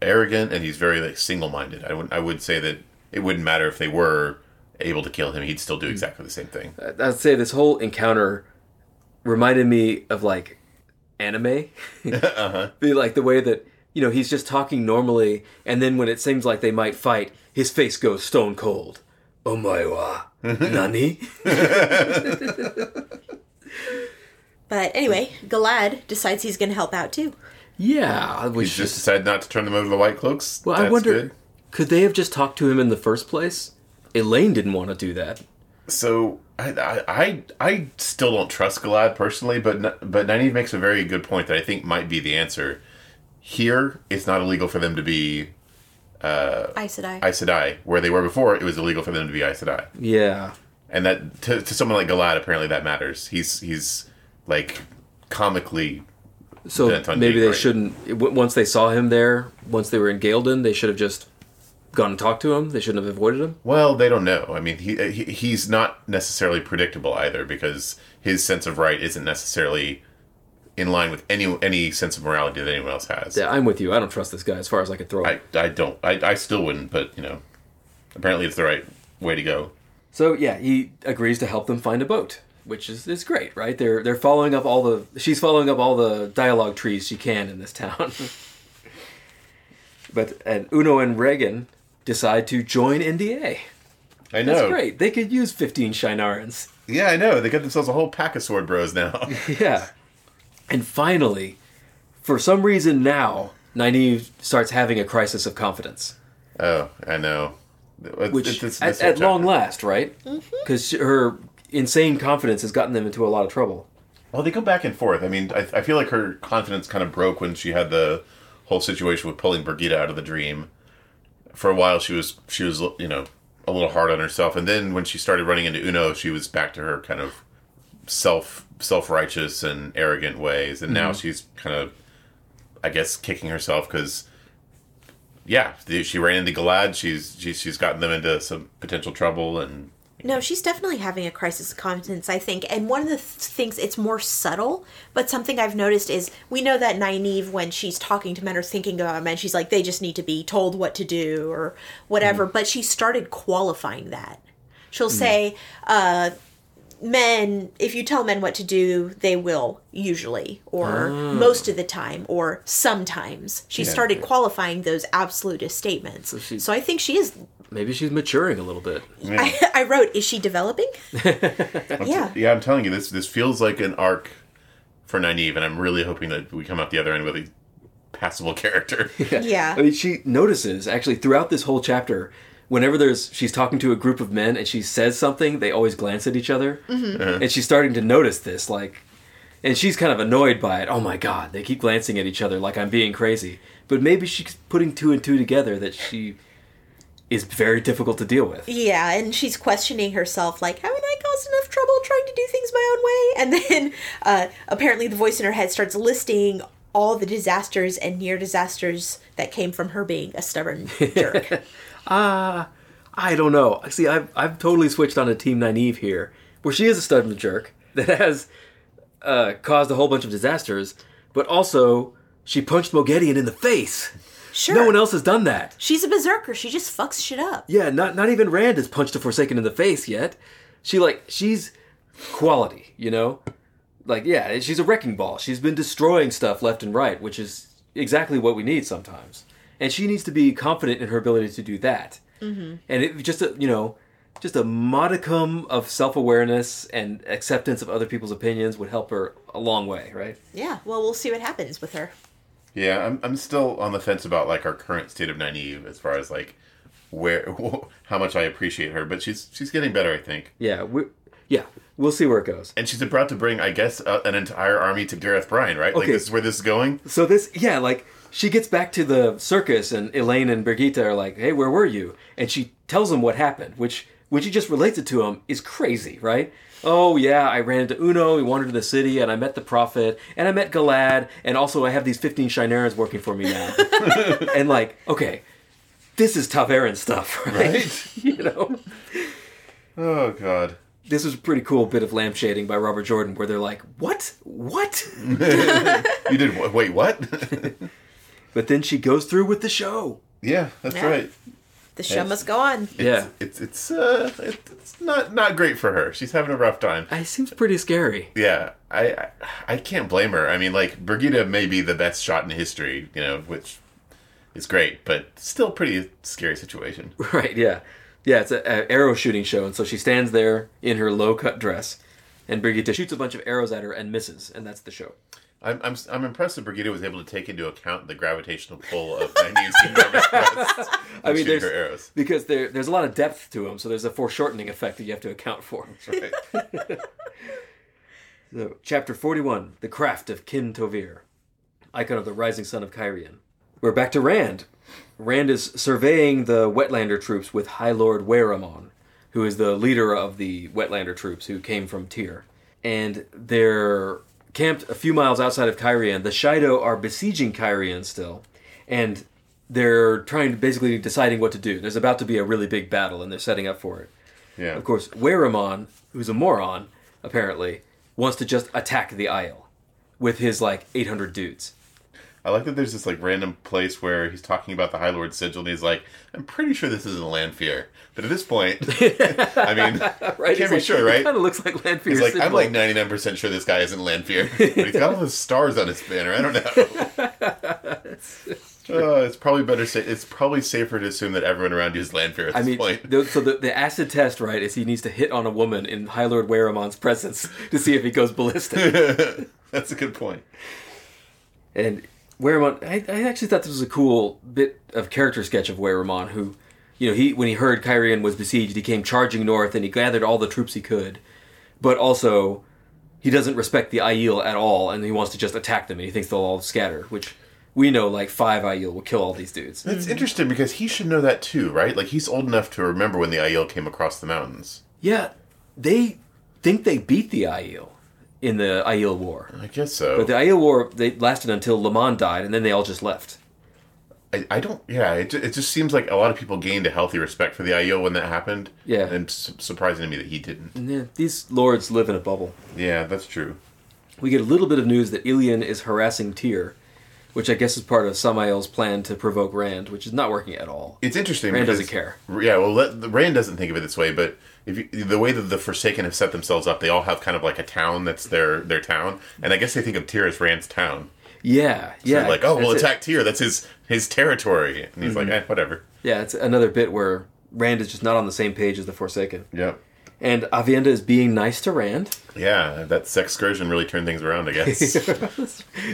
Speaker 2: arrogant and he's very like single minded. I would I would say that it wouldn't matter if they were able to kill him, he'd still do exactly the same thing.
Speaker 3: I- I'd say this whole encounter reminded me of like anime.
Speaker 2: (laughs) Uh-huh.
Speaker 3: Be Like (laughs) the way that, you know, he's just talking normally, and then when it seems like they might fight, his face goes stone cold.
Speaker 2: (laughs)
Speaker 3: Omae wa nani?
Speaker 1: But anyway, Galad decides he's going to help out too.
Speaker 3: yeah,
Speaker 2: He
Speaker 3: which
Speaker 2: just decided not to turn them over to the White Cloaks.
Speaker 3: Well, I
Speaker 2: That's
Speaker 3: wonder,
Speaker 2: good.
Speaker 3: could they have just talked to him in the first place? Elaine didn't want to do that.
Speaker 2: So I, I I I still don't trust Galad personally, but N- but Nynaeve makes a very good point that I think might be the answer. Here, it's not illegal for them to be
Speaker 1: Aes Sedai.
Speaker 2: Aes Sedai. Where they were before, it was illegal for them to be Aes Sedai.
Speaker 3: Yeah.
Speaker 2: and that to, to someone like Galad, apparently that matters. He's he's like comically
Speaker 3: So
Speaker 2: That's on
Speaker 3: maybe
Speaker 2: you,
Speaker 3: they
Speaker 2: right.
Speaker 3: shouldn't. w- Once they saw him there, once they were in Gaelden, they should have just gone and talked to him. They shouldn't have avoided him.
Speaker 2: well. They don't know. I mean, he, he he's not necessarily predictable either because his sense of right isn't necessarily in line with any any sense of morality that anyone else has.
Speaker 3: Yeah, I'm with you. I don't trust this guy as far as I could throw him.
Speaker 2: I I don't. I I still wouldn't. But you know, apparently it's the right way to go.
Speaker 3: So yeah, he agrees to help them find a boat, which is, is great, right? They're they're following up all the she's following up all the dialogue trees she can in this town. (laughs) but and Uno and Regan decide to join NDA.
Speaker 2: I know.
Speaker 3: That's great. They could use 15 Shinarans.
Speaker 2: Yeah, I know. They got themselves a whole pack of sword bros now.
Speaker 3: (laughs)
Speaker 2: (laughs)
Speaker 3: Yeah. And finally, for some reason now, Nynaeve starts having a crisis of confidence,
Speaker 2: oh, I know. It's-
Speaker 3: which
Speaker 2: it's- it's-
Speaker 3: at,
Speaker 2: this whole
Speaker 3: at long
Speaker 2: chapter.
Speaker 3: last, right? Because her insane confidence has gotten them into a lot of trouble.
Speaker 2: Well, they go back and forth. I mean, I, I feel like her confidence kind of broke when she had the whole situation with pulling Brigida out of the dream. For a while, she was she was you know a little hard on herself, and then when she started running into Uno, she was back to her kind of self self righteous and arrogant ways, and now she's kind of, I guess, kicking herself because. Yeah, the- she ran into Galad. She's she's she's gotten them into some potential trouble, and
Speaker 1: No, she's definitely having a crisis of confidence, I think. And one of the th- things, it's more subtle, but something I've noticed is we know that Nynaeve, when she's talking to men or thinking about men, she's like, they just need to be told what to do or whatever. But she started qualifying that. She'll say, uh, men, if you tell men what to do, they will usually, or most of the time, or sometimes. She started qualifying those absolutist statements. So,
Speaker 3: she-
Speaker 1: I think she is.
Speaker 3: Maybe she's maturing a little bit.
Speaker 1: I, (laughs) I wrote, is she developing? yeah.
Speaker 2: Yeah, I'm telling you, this this feels like an arc for Nynaeve, and I'm really hoping that we come out the other end with a passable (laughs) character.
Speaker 1: Yeah.
Speaker 3: I mean, she notices actually throughout this whole chapter. Whenever there's she's talking to a group of men and she says something, they always glance at each other, and she's starting to notice this. Like, and she's kind of annoyed by it. Oh my god, they keep glancing at each other like I'm being crazy. But maybe she's putting two and two together that she is very difficult to deal with.
Speaker 1: Yeah, and she's questioning herself, like, haven't I caused enough trouble trying to do things my own way? And then (laughs) uh, apparently the voice in her head starts listing all the disasters and near disasters that came from her being a stubborn jerk.
Speaker 3: I don't know. See, I've I've totally switched on to Team Nynaeve here, where she is a stubborn jerk (laughs) that has uh, caused a whole bunch of disasters, but also she punched Mogedian in the face.
Speaker 1: Sure.
Speaker 3: No one else has done that.
Speaker 1: She's a berserker. She just fucks shit up.
Speaker 3: Yeah, not not even Rand has punched a Forsaken in the face yet. She like she's quality, you know. Like yeah, she's a wrecking ball. She's been destroying stuff left and right, which is exactly what we need sometimes. And she needs to be confident in her ability to do that. Mm-hmm. And it just a, you know, just a modicum of self awareness and acceptance of other people's opinions would help her a long way, right?
Speaker 1: Yeah, well, we'll see what happens with her.
Speaker 2: yeah, I'm I'm still on the fence about like our current state of Nynaeve as far as like where (laughs) how much I appreciate her, but she's she's getting better, I think.
Speaker 3: Yeah, we yeah, we'll see where it goes.
Speaker 2: And she's about to bring, I guess, uh, an entire army to Gareth Bryan, right? Like
Speaker 3: Okay.
Speaker 2: this is where this is going.
Speaker 3: So this, yeah, like she gets back to the circus, and Elaine and Brigitte are like, "Hey, where were you?" And she tells him what happened, which when she just relates it to him is crazy, right? Oh yeah, I ran into Uno, we wandered to the city, and I met the prophet, and I met Galad, and also I have these fifteen Shinarans working for me now, and like, okay, this is Taveran stuff, (laughs) right?
Speaker 2: Right.
Speaker 3: you know,
Speaker 2: Oh God.
Speaker 3: this was a pretty cool bit of lampshading by Robert Jordan, where they're like, "What? What?"
Speaker 2: You did wh- wait, what? (laughs)
Speaker 3: But then she goes through with the show.
Speaker 2: yeah, that's
Speaker 1: Yeah.
Speaker 2: right.
Speaker 1: The show must go on.
Speaker 3: Yeah.
Speaker 2: It's it's uh, it's not not great for her. She's having a rough time.
Speaker 3: It seems pretty scary. (laughs)
Speaker 2: Yeah, I I- I can't blame her. I mean, like Brigida may be the best shot in history, you know, which is great, but still pretty scary
Speaker 3: (laughs)
Speaker 2: situation.
Speaker 3: Right, yeah. Yeah, it's an arrow shooting show, and so she stands there in her low cut dress, and Brigitte shoots a bunch of arrows at her and misses, and that's the show.
Speaker 2: I'm I'm I'm impressed that Brigida was able to take into account the gravitational pull of (laughs) Nynaeve's enormous breasts.
Speaker 3: (laughs) I mean,
Speaker 2: shooting
Speaker 3: there's,
Speaker 2: her arrows.
Speaker 3: because there, there's a lot of depth to them, so there's a foreshortening effect that you have to
Speaker 2: (laughs)
Speaker 3: account for.
Speaker 2: Right.
Speaker 3: (laughs) So, chapter 41 The Craft of Kin Tovir, Icon of the Rising Sun of Kyrian. We're back to Rand. Rand is surveying the Wetlander troops with High Lord Weramon, who is the leader of the Wetlander troops who came from Tyr. And they're camped a few miles outside of Kyrian. The Shido are besieging Kyrian still, and they're trying to basically deciding what to do. There's about to be a really big battle, and they're setting up for it.
Speaker 2: Yeah.
Speaker 3: Of course, Weramon, who's a moron, apparently, wants to just attack the Isle with his like 800 dudes.
Speaker 2: I like that there's this like random place where he's talking about the High Lord sigil and he's like, I'm pretty sure this isn't Lanfear. But at this point, (laughs) I mean,
Speaker 3: (laughs) Right?
Speaker 2: can't be sure, right?
Speaker 3: Kind of looks like Lanfear's
Speaker 2: He's like, I'm
Speaker 3: symbol.
Speaker 2: like 99% sure this guy isn't Lanfear.
Speaker 3: (laughs)
Speaker 2: But he's got all those stars on his banner. I don't know. Uh, it's probably better. Sa- it's probably safer to assume that everyone around you is Lanfear at
Speaker 3: I
Speaker 2: this
Speaker 3: mean,
Speaker 2: point. (laughs)
Speaker 3: (laughs) th- so the, the acid test, right, is he needs to hit on a woman in High Lord Wearamon's presence (laughs) to see if he goes ballistic.
Speaker 2: That's a good point.
Speaker 3: and Wearamon, I, I actually thought this was a cool bit of character sketch of Wearamon, who, you know, he when he heard Kyrian was besieged, he came charging north and he gathered all the troops he could, but also he doesn't respect the Aiel at all, and he wants to just attack them, and he thinks they'll all scatter, which we know like five Aiel will kill all these dudes.
Speaker 2: It's interesting because he should know that too, right? Like he's old enough to remember when the Aiel came across the mountains.
Speaker 3: Yeah, they think they beat the Aiel in the Aiel War.
Speaker 2: I guess so.
Speaker 3: But the Aiel War they lasted until Lamon died, and then they all just left.
Speaker 2: I, I don't. Yeah, it, ju- it just seems like a lot of people gained a healthy respect for the IO when that happened.
Speaker 3: Yeah. Mm.
Speaker 2: and it's surprising to me that he didn't.
Speaker 3: And yeah, these lords live in a bubble.
Speaker 2: Yeah, that's true.
Speaker 3: We get a little bit of news that Ilian is harassing Tyr, which I guess is part of Samael's plan to provoke Rand, which is not working at all.
Speaker 2: It's interesting.
Speaker 3: Rand
Speaker 2: because-
Speaker 3: doesn't care.
Speaker 2: Yeah, well, let, Rand doesn't think of it this way, but if you, the way that the Forsaken have set themselves up, they all have kind of like a town that's their their town, and I guess they think of Tyr as Rand's town.
Speaker 3: Yeah,
Speaker 2: They're
Speaker 3: yeah.
Speaker 2: like, oh, we'll
Speaker 3: that's it. Mm-hmm.
Speaker 2: attack Tyr. That's his his territory, and he's like, eh, whatever.
Speaker 3: Yeah, it's another bit where Rand is just not on the same page as the Forsaken.
Speaker 2: Yeah.
Speaker 3: And Avienda is being nice to Rand. (laughs)
Speaker 2: Yeah, that sexcursion really turned things around, I guess.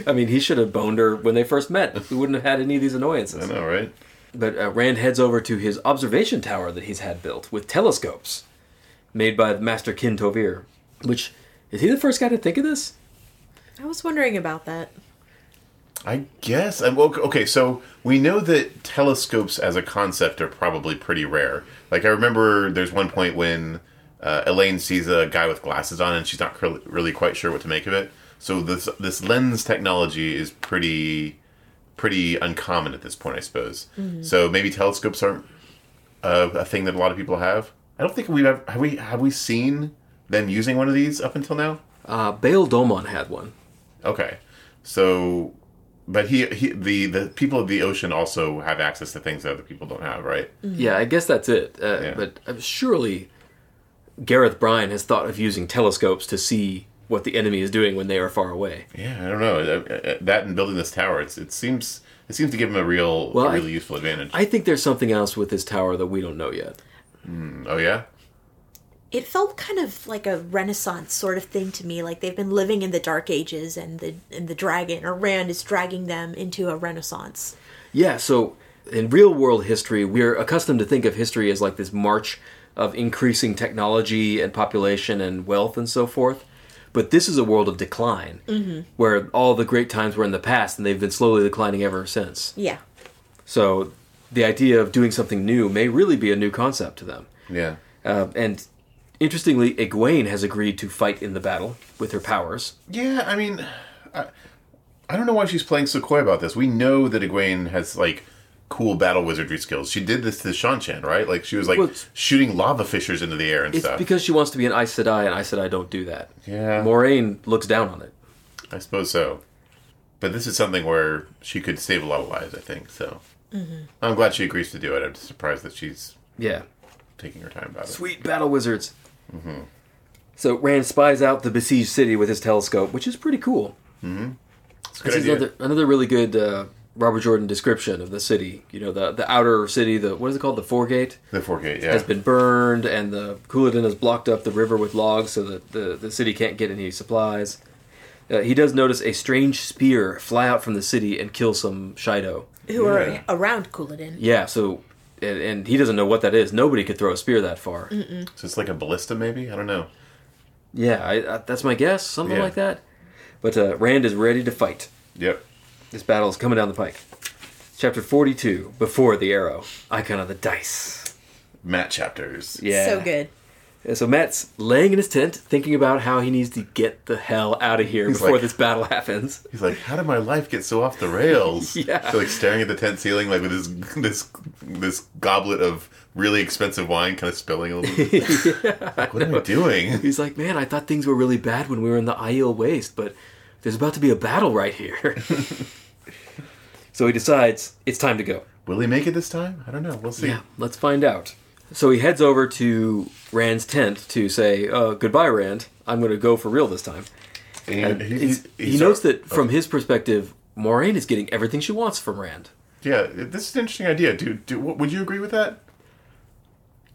Speaker 3: I mean, he should have boned her when they first met. We wouldn't have had any of these annoyances.
Speaker 2: I know, right?
Speaker 3: But uh, Rand heads over to his observation tower that he's had built with telescopes made by Master Kin Tovir. Which, is he the first guy to think of this?
Speaker 1: I was wondering about that.
Speaker 2: I guess. I'm, okay, okay, so we know that telescopes as a concept are probably pretty rare. Like, I remember there's one point when uh, Elaine sees a guy with glasses on and she's not cr- really quite sure what to make of it. So this this lens technology is pretty pretty uncommon at this point, I suppose. So maybe telescopes aren't uh, a thing that a lot of people have. I don't think we've ever, have we have we seen them using one of these up until now.
Speaker 3: Uh, Baal Domon had one.
Speaker 2: Okay, so, but he, he the the people of the ocean also have access to things that other people don't have, right?
Speaker 3: Yeah, I guess that's it. Uh,
Speaker 2: Yeah.
Speaker 3: But uh, surely Gareth Bryan has thought of using telescopes to see what the enemy is doing when they are far away.
Speaker 2: Yeah, I don't know Uh, uh, that and building this tower. It's, it seems it seems to give him a real
Speaker 3: Well,
Speaker 2: a really
Speaker 3: I-
Speaker 2: useful advantage.
Speaker 3: I think there's something else with this tower that we don't know yet.
Speaker 2: oh yeah,
Speaker 1: It felt kind of like a renaissance sort of thing to me. Like they've been living in the dark ages and the and the dragon or Rand is dragging them into a renaissance.
Speaker 3: Yeah, so in real world history, we're accustomed to think of history as like this march of increasing technology and population and wealth and so forth. But this is a world of decline, where all the great times were in the past and they've been slowly declining ever since.
Speaker 1: Yeah.
Speaker 3: So the idea of doing something new may really be a new concept to them.
Speaker 2: yeah.
Speaker 3: Uh, and interestingly, Egwene has agreed to fight in the battle with her powers.
Speaker 2: Yeah, I mean, I, I don't know why she's playing so coy about this. We know that Egwene has like cool battle wizardry skills. She did this to Shanchan, right? Like she was like
Speaker 3: Well, it's-
Speaker 2: shooting lava fissures into the air and
Speaker 3: It's
Speaker 2: stuff.
Speaker 3: because she wants to be an Aes Sedai, and Aes Sedai don't do that.
Speaker 2: Yeah.
Speaker 3: Moraine looks down on it.
Speaker 2: I suppose so. But this is something where she could save a lot of lives, I think. So I'm glad she agrees to do it. I'm surprised that she's
Speaker 3: Yeah.
Speaker 2: taking her time about it.
Speaker 3: Sweet battle wizards. So Rand spies out the besieged city with his telescope, which is pretty cool.
Speaker 2: It's a
Speaker 3: This
Speaker 2: good
Speaker 3: is
Speaker 2: idea.
Speaker 3: another, another really good uh, Robert Jordan description of the city. You know, the the outer city, the what is it called, the foregate,
Speaker 2: the 4K, yeah.
Speaker 3: has been burned, and the Cooladin has blocked up the river with logs so that the, the city can't get any supplies. Uh, he does notice a strange spear fly out from the city and kill some Shido.
Speaker 1: Who
Speaker 2: Yeah.
Speaker 1: are around Cooladin.
Speaker 3: Yeah, so and, and he doesn't know what that is. Nobody could throw a spear that far.
Speaker 2: so it's like a ballista, maybe? I don't know.
Speaker 3: Yeah, I, I, that's my guess, something
Speaker 2: Yeah.
Speaker 3: like that. But uh, Rand is ready to fight.
Speaker 2: Yep.
Speaker 3: This battle is coming down the pike. Chapter 42, Before the Arrow, Icon of the Dice.
Speaker 2: Matt chapters.
Speaker 3: Yeah.
Speaker 1: So good.
Speaker 3: And So Matt's laying in his tent, thinking about how he needs to get the hell out of here before
Speaker 2: like-
Speaker 3: this battle (laughs) happens.
Speaker 2: He's like, how did my life get so off the rails?
Speaker 3: (laughs) Yeah.
Speaker 2: So like staring at the tent ceiling, like with this this this goblet of really expensive wine, kind of spilling a little. bit.
Speaker 3: (laughs)
Speaker 2: like, what am I doing?
Speaker 3: He's like, man, I thought things were really bad when we were in the Aiel Waste, but there's about to be a battle
Speaker 2: (laughs)
Speaker 3: right here. (laughs) so he decides it's time to go.
Speaker 2: Will he make it this time? I don't know. We'll see.
Speaker 3: Yeah, let's find out. So he heads over to Rand's tent to say, uh, goodbye, Rand. I'm going to go for real this time.
Speaker 2: And he,
Speaker 3: It's-
Speaker 2: he-
Speaker 3: he
Speaker 2: he's- Oh.
Speaker 3: notes that from his perspective, Moraine is getting everything she wants from Rand.
Speaker 2: Yeah, this is an interesting idea. Do, do would you agree with that?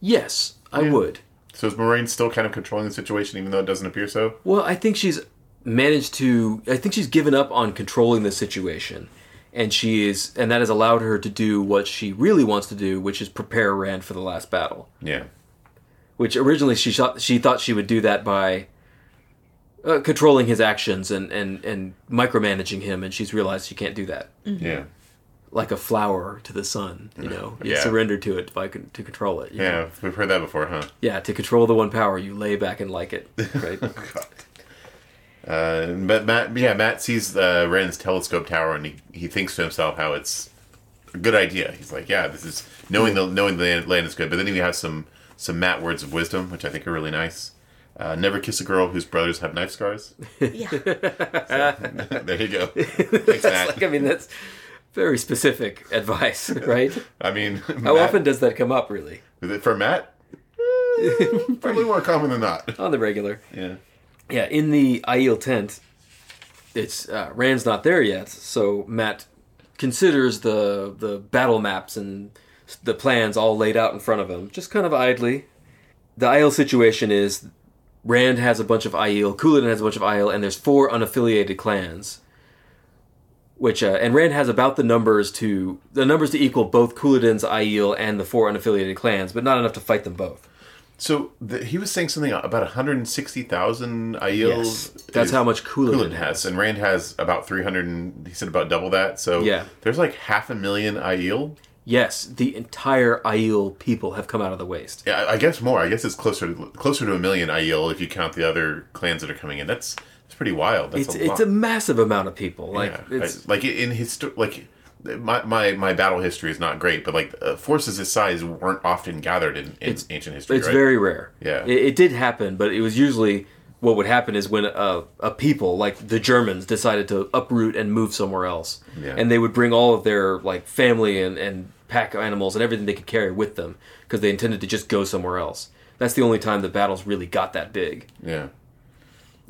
Speaker 3: Yes, I would.
Speaker 2: So is Moraine still kind of controlling the situation, even though it doesn't appear so?
Speaker 3: Well, I think she's managed to. I think she's given up on controlling the situation, and she is, and that has allowed her to do what she really wants to do, which is prepare Rand for the last battle.
Speaker 2: Yeah.
Speaker 3: Which originally she thought she thought she would do that by uh, controlling his actions and and and micromanaging him, and she's realized she can't do that.
Speaker 2: Yeah.
Speaker 3: Like a flower to the sun,
Speaker 2: (laughs)
Speaker 3: you know, you
Speaker 2: Yeah.
Speaker 3: surrender to it by con- to control it. you know?
Speaker 2: Yeah, we've heard that before, huh?
Speaker 3: Yeah, to control the one power, you lay back and
Speaker 2: (laughs)
Speaker 3: like it. Right.
Speaker 2: Uh, but Matt, yeah, Matt sees uh, Ren's telescope tower, and he, he thinks to himself how it's a good idea. He's like, yeah, this is knowing the knowing the land, land is good. But then he has some some Matt words of wisdom, which I think are really nice. Uh, never kiss a girl whose brothers have knife scars. (laughs)
Speaker 1: Yeah.
Speaker 2: there you
Speaker 3: (laughs)
Speaker 2: go. Thanks, Matt.
Speaker 3: like, I mean, (laughs) that's very specific advice, (laughs) right?
Speaker 2: I mean,
Speaker 3: How
Speaker 2: Matt-
Speaker 3: often does that come up, really,
Speaker 2: is it for Matt?
Speaker 3: (laughs)
Speaker 2: Eh, Probably more common than not.
Speaker 3: on the regular?
Speaker 2: Yeah.
Speaker 3: Yeah, in the Aiel tent, it's uh, Rand's not there yet, so Matt considers the the battle maps and the plans all laid out in front of him, just kind of idly. The Aiel situation is Rand has a bunch of Aiel, Cooladin has a bunch of Aiel, and there's four unaffiliated clans. Which uh, and Rand has about the numbers to the numbers to equal both Cooladin's Aiel and the four unaffiliated clans, but not enough to fight them both.
Speaker 2: So the, he was saying something about 160,000 Aiels.
Speaker 3: Yes, that's how much Cooladin,
Speaker 2: Coolant
Speaker 3: has.
Speaker 2: has, and Rand has about 300, and he said about double that. So
Speaker 3: Yeah.
Speaker 2: there's like half a million E Aiel.
Speaker 3: Yes, the entire Aiel people have come out of the waste.
Speaker 2: Yeah, I- I guess more. I guess it's closer to closer to a million Aiel if you count the other clans that are coming in. That's that's pretty wild. That's
Speaker 3: It's
Speaker 2: a lot.
Speaker 3: it's a massive amount of people. Like
Speaker 2: Yeah.
Speaker 3: it's
Speaker 2: I- like in histo- like my, my my battle history is not great, but like uh, forces this size weren't often gathered in, in ancient history.
Speaker 3: it's
Speaker 2: right?
Speaker 3: very rare.
Speaker 2: Yeah.
Speaker 3: it, it did happen, but it was usually what would happen is when a, a people like the Germans decided to uproot and move somewhere else,
Speaker 2: Yeah.
Speaker 3: and they would bring all of their like family and and pack animals and everything they could carry with them because they intended to just go somewhere else. That's the only time the battles really got that big.
Speaker 2: yeah.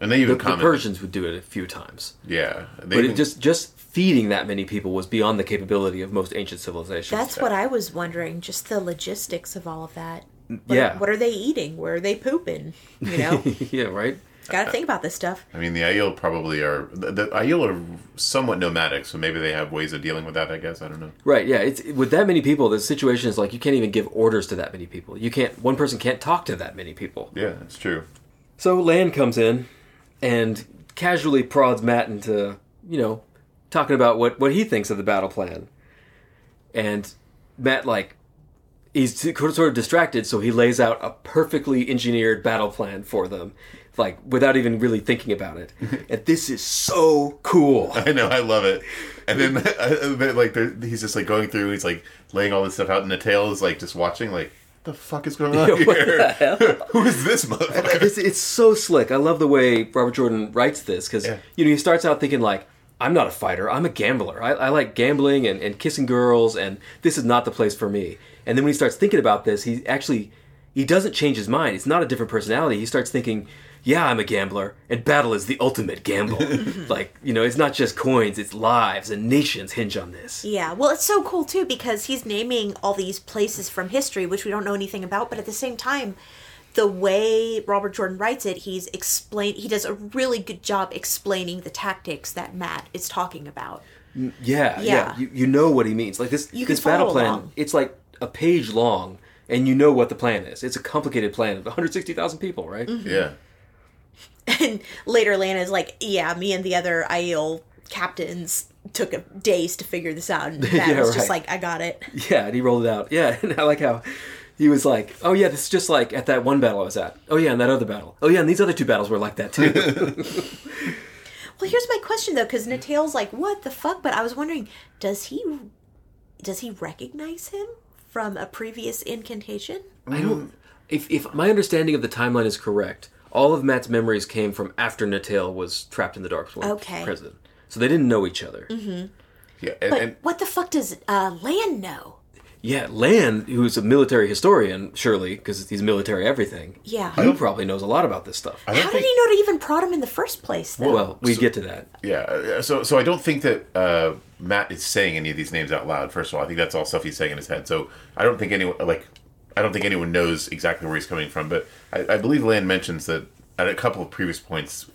Speaker 2: And they even
Speaker 3: The, the
Speaker 2: comment.
Speaker 3: Persians would do it a few times.
Speaker 2: yeah, they
Speaker 3: But
Speaker 2: even-
Speaker 3: it just just feeding that many people was beyond the capability of most ancient civilizations.
Speaker 1: That's what I was wondering, just the logistics of all of that. What,
Speaker 3: Yeah.
Speaker 1: What are they eating? Where are they pooping? You
Speaker 3: (laughs)
Speaker 1: know?
Speaker 3: yeah, right.
Speaker 1: Gotta think about this stuff.
Speaker 2: I mean, the Aiel probably are the, the Aiel are somewhat nomadic, so maybe they have ways of dealing with that. I guess I don't know.
Speaker 3: Right. Yeah. It's with that many people. The situation is like you can't even give orders to that many people. You can't. One person can't talk to that many people.
Speaker 2: Yeah, it's true.
Speaker 3: So Lan comes in, and casually prods Matt into you know talking about what what he thinks of the battle plan, and Matt like. He's sort of distracted, so he lays out a perfectly engineered battle plan for them, like without even really thinking about it. and this is so cool.
Speaker 2: I know, I love it. And (laughs) then, uh, then, like, there- he's just like going through. He's like laying all this stuff out, and the tail is like just watching, like, the fuck is going on
Speaker 3: Yeah, (laughs) what
Speaker 2: here?
Speaker 3: the hell?
Speaker 2: (laughs) Who is this
Speaker 3: (laughs)
Speaker 2: motherfucker?
Speaker 3: it's, it's so slick. I love the way Robert Jordan writes this because
Speaker 2: Yeah.
Speaker 3: you know he starts out thinking like I'm not a fighter. I'm a gambler. I, I like gambling and, and kissing girls, and this is not the place for me. And then when he starts thinking about this, he actually he doesn't change his mind. It's not a different personality. He starts thinking, yeah, I'm a gambler, and battle is the ultimate gamble. like you know, it's not just coins; it's lives and nations hinge on this.
Speaker 1: Yeah, well, it's so cool too because he's naming all these places from history, which we don't know anything about, but at the same time, the way Robert Jordan writes it, he's explain he does a really good job explaining the tactics that Matt is talking about. (laughs)
Speaker 3: Yeah, yeah.
Speaker 1: Yeah.
Speaker 3: You, you know what he means. Like this,
Speaker 1: You can
Speaker 3: this battle
Speaker 1: follow
Speaker 3: plan.
Speaker 1: along.
Speaker 3: It's like a page long, and you know what the plan is. It's a complicated plan of 160,000 people, right?
Speaker 1: Mm.
Speaker 2: Yeah.
Speaker 1: And later, Lana's like, "Yeah, me and the other Aiel captains took a, days to figure this out." And
Speaker 3: (laughs)
Speaker 1: Matt
Speaker 3: Yeah,
Speaker 1: was just
Speaker 3: right.
Speaker 1: like, "I got it."
Speaker 3: (laughs) (laughs) Yeah, and he rolled it out. Yeah, (laughs) and I like how he was like, "Oh yeah, this is just like at that one battle I was at. Oh yeah, and that other battle. Oh yeah, and these other two battles were like that too."
Speaker 1: Well, here's my question though, because Natale's like, "What the fuck?" But I was wondering, does he does he recognize him from a previous incantation?
Speaker 3: I don't. If if my understanding of the timeline is correct, all of Matt's memories came from after Natale was trapped in the Dark Swarm
Speaker 1: Okay.
Speaker 3: prison, so they didn't know each other.
Speaker 2: Yeah. And,
Speaker 1: But
Speaker 2: and
Speaker 1: what the fuck does uh, Lan know?
Speaker 3: Yeah, Land, who's a military historian, surely, because he's military everything.
Speaker 1: Yeah.
Speaker 3: He probably knows a lot about this stuff.
Speaker 2: I don't
Speaker 1: How
Speaker 2: think,
Speaker 1: did he know to even prod him in the first place? Though?
Speaker 3: Well, we get to that.
Speaker 2: Yeah. uh, So so I don't think that uh, Matt is saying any of these names out loud. First of all, I think that's all stuff he's saying in his head. So I don't think anyone like I don't think anyone knows exactly where he's coming from. But I, I believe Land mentions that at a couple of previous points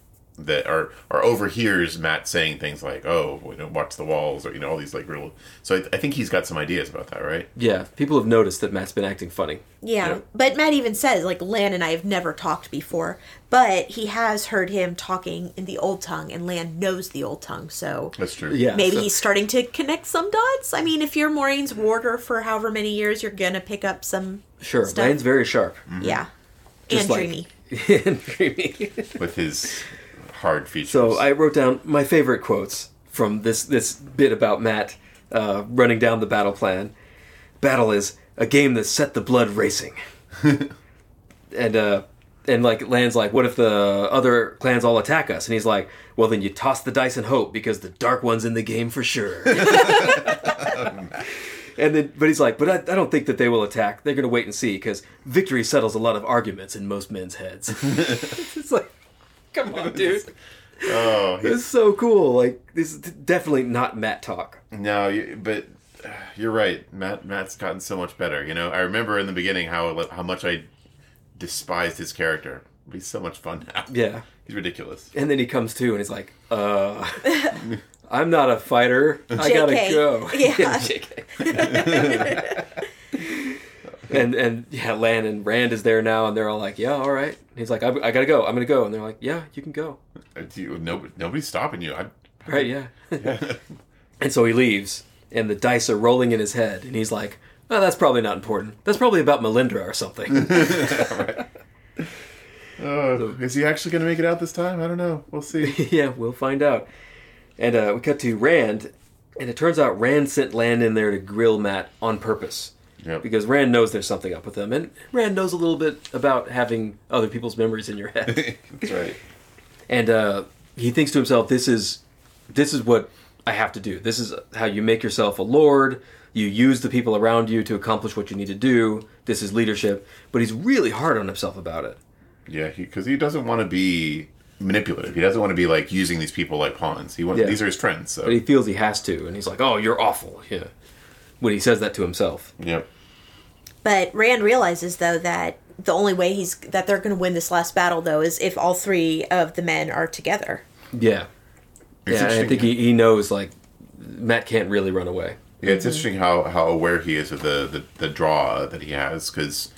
Speaker 2: that are are overhears Matt saying things like, "Oh, we don't watch the walls," or you know all these like real. So I, I think he's got some ideas about that, right?
Speaker 3: Yeah, people have noticed that Matt's been acting funny.
Speaker 1: yeah.
Speaker 2: yeah.
Speaker 1: But Matt even says, like, Lan and I have never talked before, but he has heard him talking in the old tongue, and Lan knows the old tongue, so
Speaker 2: That's true.
Speaker 3: Yeah.
Speaker 1: maybe
Speaker 3: so-
Speaker 1: he's starting to connect some dots. I mean, if you're Maureen's warder for however many years, you're gonna pick up some.
Speaker 3: Sure,
Speaker 1: stuff.
Speaker 3: Land's very sharp.
Speaker 1: Yeah. and
Speaker 3: Just like-
Speaker 1: dreamy.
Speaker 3: and dreamy.
Speaker 2: With his hard features.
Speaker 3: So I wrote down my favorite quotes from this this bit about Matt uh, running down the battle plan. Battle is a game that set the blood racing, and uh, and like Land's like, what if the other clans all attack us? And he's like, well then you toss the dice and hope because the dark one's in the game for sure. And then, but he's like, but I, I don't think that they will attack. They're going to wait and see because victory settles a lot of arguments in most men's heads. (laughs) it's like, come on, dude.
Speaker 2: oh, he's
Speaker 3: It's so cool. Like this is definitely not Matt talk.
Speaker 2: No, you, but (sighs) uh, you're right. Matt Matt's gotten so much better. You know, I remember in the beginning how how much I despised his character. But he's so much fun now.
Speaker 3: Yeah.
Speaker 2: he's ridiculous.
Speaker 3: And then he comes to and he's like, "Uh, I'm not a fighter. I gotta
Speaker 1: JK.
Speaker 3: go." (laughs)
Speaker 1: Yeah.
Speaker 3: JK. and and yeah, Lan and Rand is there now, and they're all like, "Yeah, all right." He's like, I, "I gotta go. I'm gonna go," and they're like, "Yeah, you can go."
Speaker 2: Uh, do you- no, nobody's stopping you. I, (laughs)
Speaker 3: Right? Yeah. (laughs) and so he leaves, and the dice are rolling in his head, and he's like, "Oh, that's probably not important. That's probably about Melindra or something."
Speaker 2: oh, is he actually going to make it out this time? I don't know. We'll
Speaker 3: (laughs)
Speaker 2: see.
Speaker 3: yeah, we'll find out. And uh, we cut to Rand, and it turns out Rand sent Land in there to grill Matt on purpose.
Speaker 2: Yep.
Speaker 3: Because Rand knows there's something up with him, and Rand knows a little bit about having other people's memories in your head.
Speaker 2: That's right.
Speaker 3: and uh, he thinks to himself, "This is, this is what I have to do. This is how you make yourself a lord. You use the people around you to accomplish what you need to do. This is leadership." But he's really hard on himself about it.
Speaker 2: Yeah, because he, doesn't want to be manipulative. He doesn't want to be like using these people like pawns. He wants
Speaker 3: Yeah.
Speaker 2: these are his friends. So
Speaker 3: But he feels he has to, and he's like, "Oh, you're awful." Yeah. When he says that to himself.
Speaker 2: yep.
Speaker 1: But Rand realizes though that the only way he's that they're going to win this last battle though is if all three of the men are together.
Speaker 3: Yeah.
Speaker 2: It's
Speaker 3: yeah, and I
Speaker 2: interesting.
Speaker 3: think he, he knows like Matt can't really run away.
Speaker 2: Yeah, it's interesting how, how aware he is of the, the, the draw that he has because,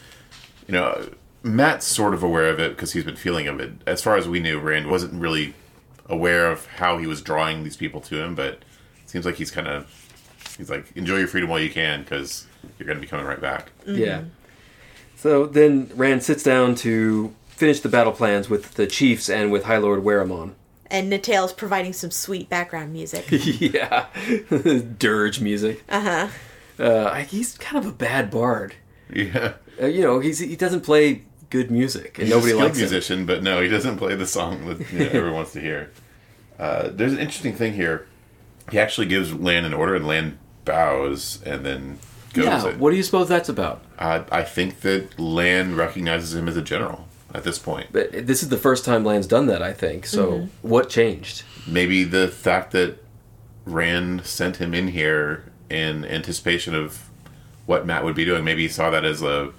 Speaker 2: you know, Matt's sort of aware of it because he's been feeling of it. As far as we knew, Rand wasn't really aware of how he was drawing these people to him, but it seems like he's kind of, he's like, enjoy your freedom while you can because you're going to be coming right back.
Speaker 3: Yeah. So then Rand sits down to finish the battle plans with the chiefs and with High Lord Weramon.
Speaker 1: And Natale's providing some sweet background music.
Speaker 3: (laughs) yeah. (laughs) Dirge music. Uh-huh. Uh I- He's kind of a bad bard.
Speaker 2: Yeah.
Speaker 3: Uh, you know, he's he doesn't play good music, and
Speaker 2: He's
Speaker 3: nobody
Speaker 2: a skilled
Speaker 3: likes him.
Speaker 2: musician, but no, he doesn't play the song that you know, everyone wants to hear. Uh, there's an interesting thing here He actually gives Lan an order, and Lan bows and then goes.
Speaker 3: Yeah.
Speaker 2: it.
Speaker 3: What do you suppose that's about?
Speaker 2: I, I think that Lan recognizes him as a general at this point.
Speaker 3: But Uh, this is the first time Land's done that, I think. So what changed?
Speaker 2: Maybe the fact that Rand sent him in here in anticipation of what Matt would be doing, maybe he saw that as a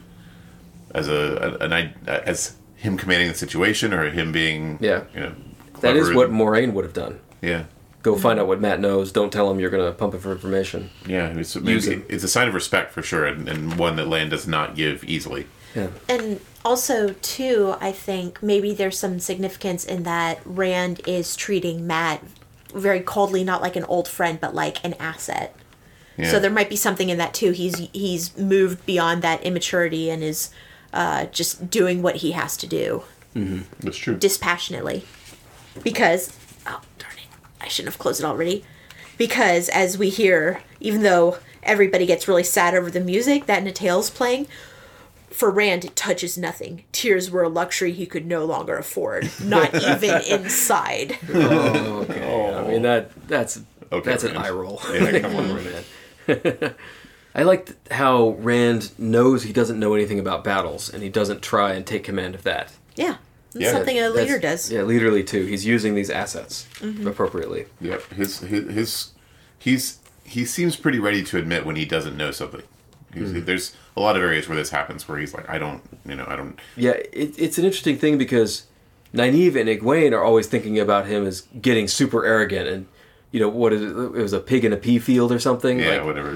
Speaker 2: as a an i- as him commanding the situation or him being
Speaker 3: Yeah.
Speaker 2: you know
Speaker 3: That is
Speaker 2: clever
Speaker 3: what
Speaker 2: and-
Speaker 3: Moraine would have done.
Speaker 2: yeah
Speaker 3: Go find out what Matt knows. Don't tell him you're going to pump him for information.
Speaker 2: yeah it's,
Speaker 3: Use
Speaker 2: maybe,
Speaker 3: him.
Speaker 2: it's a sign of respect for sure and, and one that Lan does not give easily.
Speaker 3: Yeah.
Speaker 1: And also, too, I think maybe there's some significance in that Rand is treating Matt very coldly, not like an old friend, but like an asset.
Speaker 2: Yeah.
Speaker 1: So there might be something in that too. He's he's moved beyond that immaturity and is uh, just doing what he has to do
Speaker 2: that's true.
Speaker 1: dispassionately. Because oh darn it, I shouldn't have closed it already. Because as we hear, even though everybody gets really sad over the music that Natale's playing, for Rand it touches nothing. Tears were a luxury he could no longer afford, not even inside.
Speaker 3: Okay. I mean that that's
Speaker 2: Oh. Okay,
Speaker 3: that's an
Speaker 2: Rand.
Speaker 3: eye roll.
Speaker 2: Yeah, come on,
Speaker 3: (laughs) man. I liked how Rand knows he doesn't know anything about battles, and he doesn't try and take command of that.
Speaker 1: Yeah. That's
Speaker 2: Yeah,
Speaker 1: something a
Speaker 3: That's-
Speaker 1: leader does. Mm-hmm.
Speaker 3: Yeah, leaderly too. He's using these assets appropriately.
Speaker 2: Yep. His his, his he's he seems pretty ready to admit when he doesn't know something. He's,
Speaker 3: Hmm.
Speaker 2: There's a lot of areas where this happens where he's like, I don't, you know, I don't.
Speaker 3: Yeah, it, it's an interesting thing because Nynaeve and Egwene are always thinking about him as getting super arrogant and, you know, what is it? It was a pig in a pea field or something.
Speaker 2: Yeah,
Speaker 3: like,
Speaker 2: whatever.
Speaker 3: uh,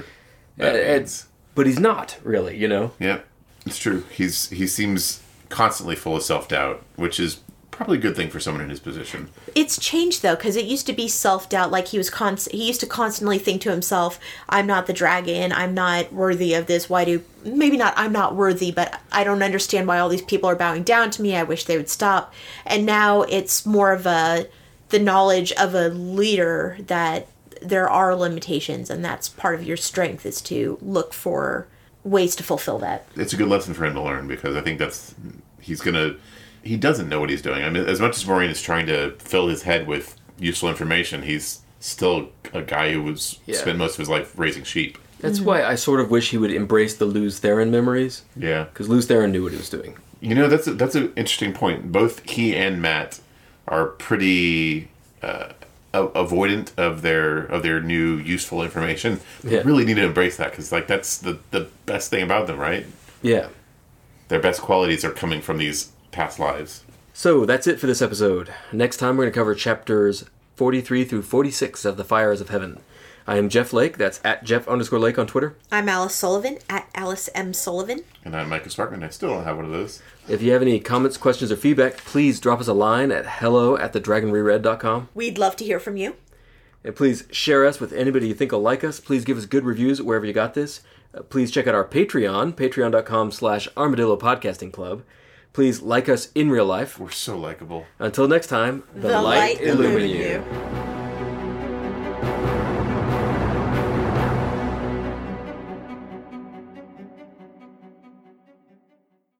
Speaker 2: That
Speaker 3: it's-
Speaker 2: means.
Speaker 3: but he's not really, you know.
Speaker 2: Yep. It's true. He's he seems constantly full of self doubt, which is probably a good thing for someone in his position.
Speaker 1: It's changed though, because it used to be self doubt. Like he was const- he used to constantly think to himself, "I'm not the dragon. I'm not worthy of this. Why do maybe not? I'm not worthy, but I don't understand why all these people are bowing down to me. I wish they would stop." And now it's more of a the knowledge of a leader that there are limitations, and that's part of your strength is to look for ways to fulfill that.
Speaker 2: It's a good lesson for him to learn because I think that's he's gonna he doesn't know what he's doing. I mean, as much as Maureen is trying to fill his head with useful information, he's still a guy who was
Speaker 3: Yeah.
Speaker 2: spent most of his life raising sheep.
Speaker 3: That's why I sort of wish he would embrace the Luz Theron memories
Speaker 2: Yeah,
Speaker 3: because Luz Theron knew what he was doing.
Speaker 2: you know that's a, that's an interesting point. Both he and Matt are pretty uh, a- avoidant of their of their new useful information. They
Speaker 3: Yeah.
Speaker 2: really need to embrace that because like that's the the best thing about them, right?
Speaker 3: Yeah.
Speaker 2: Their best qualities are coming from these past lives.
Speaker 3: So that's it for this episode. Next time, we're going to cover chapters 43 through 46 of The Fires of Heaven. I am Jeff Lake. That's at Jeff underscore Lake on Twitter.
Speaker 1: I'm Alice Sullivan at Alice M Sullivan.
Speaker 2: And I'm Michael Sparkman. I still don't have one of those.
Speaker 3: If you have any comments, questions, or feedback, please drop us a line at hello at thedragonreread.com.
Speaker 1: We'd love to hear from you.
Speaker 3: And please share us with anybody you think will like us. Please give us good reviews wherever you got this. Uh, please check out our Patreon, patreon.com slash armadillo podcasting club. Please like us in real life.
Speaker 2: We're so likable.
Speaker 3: Until next time, the,
Speaker 1: the light illumine you.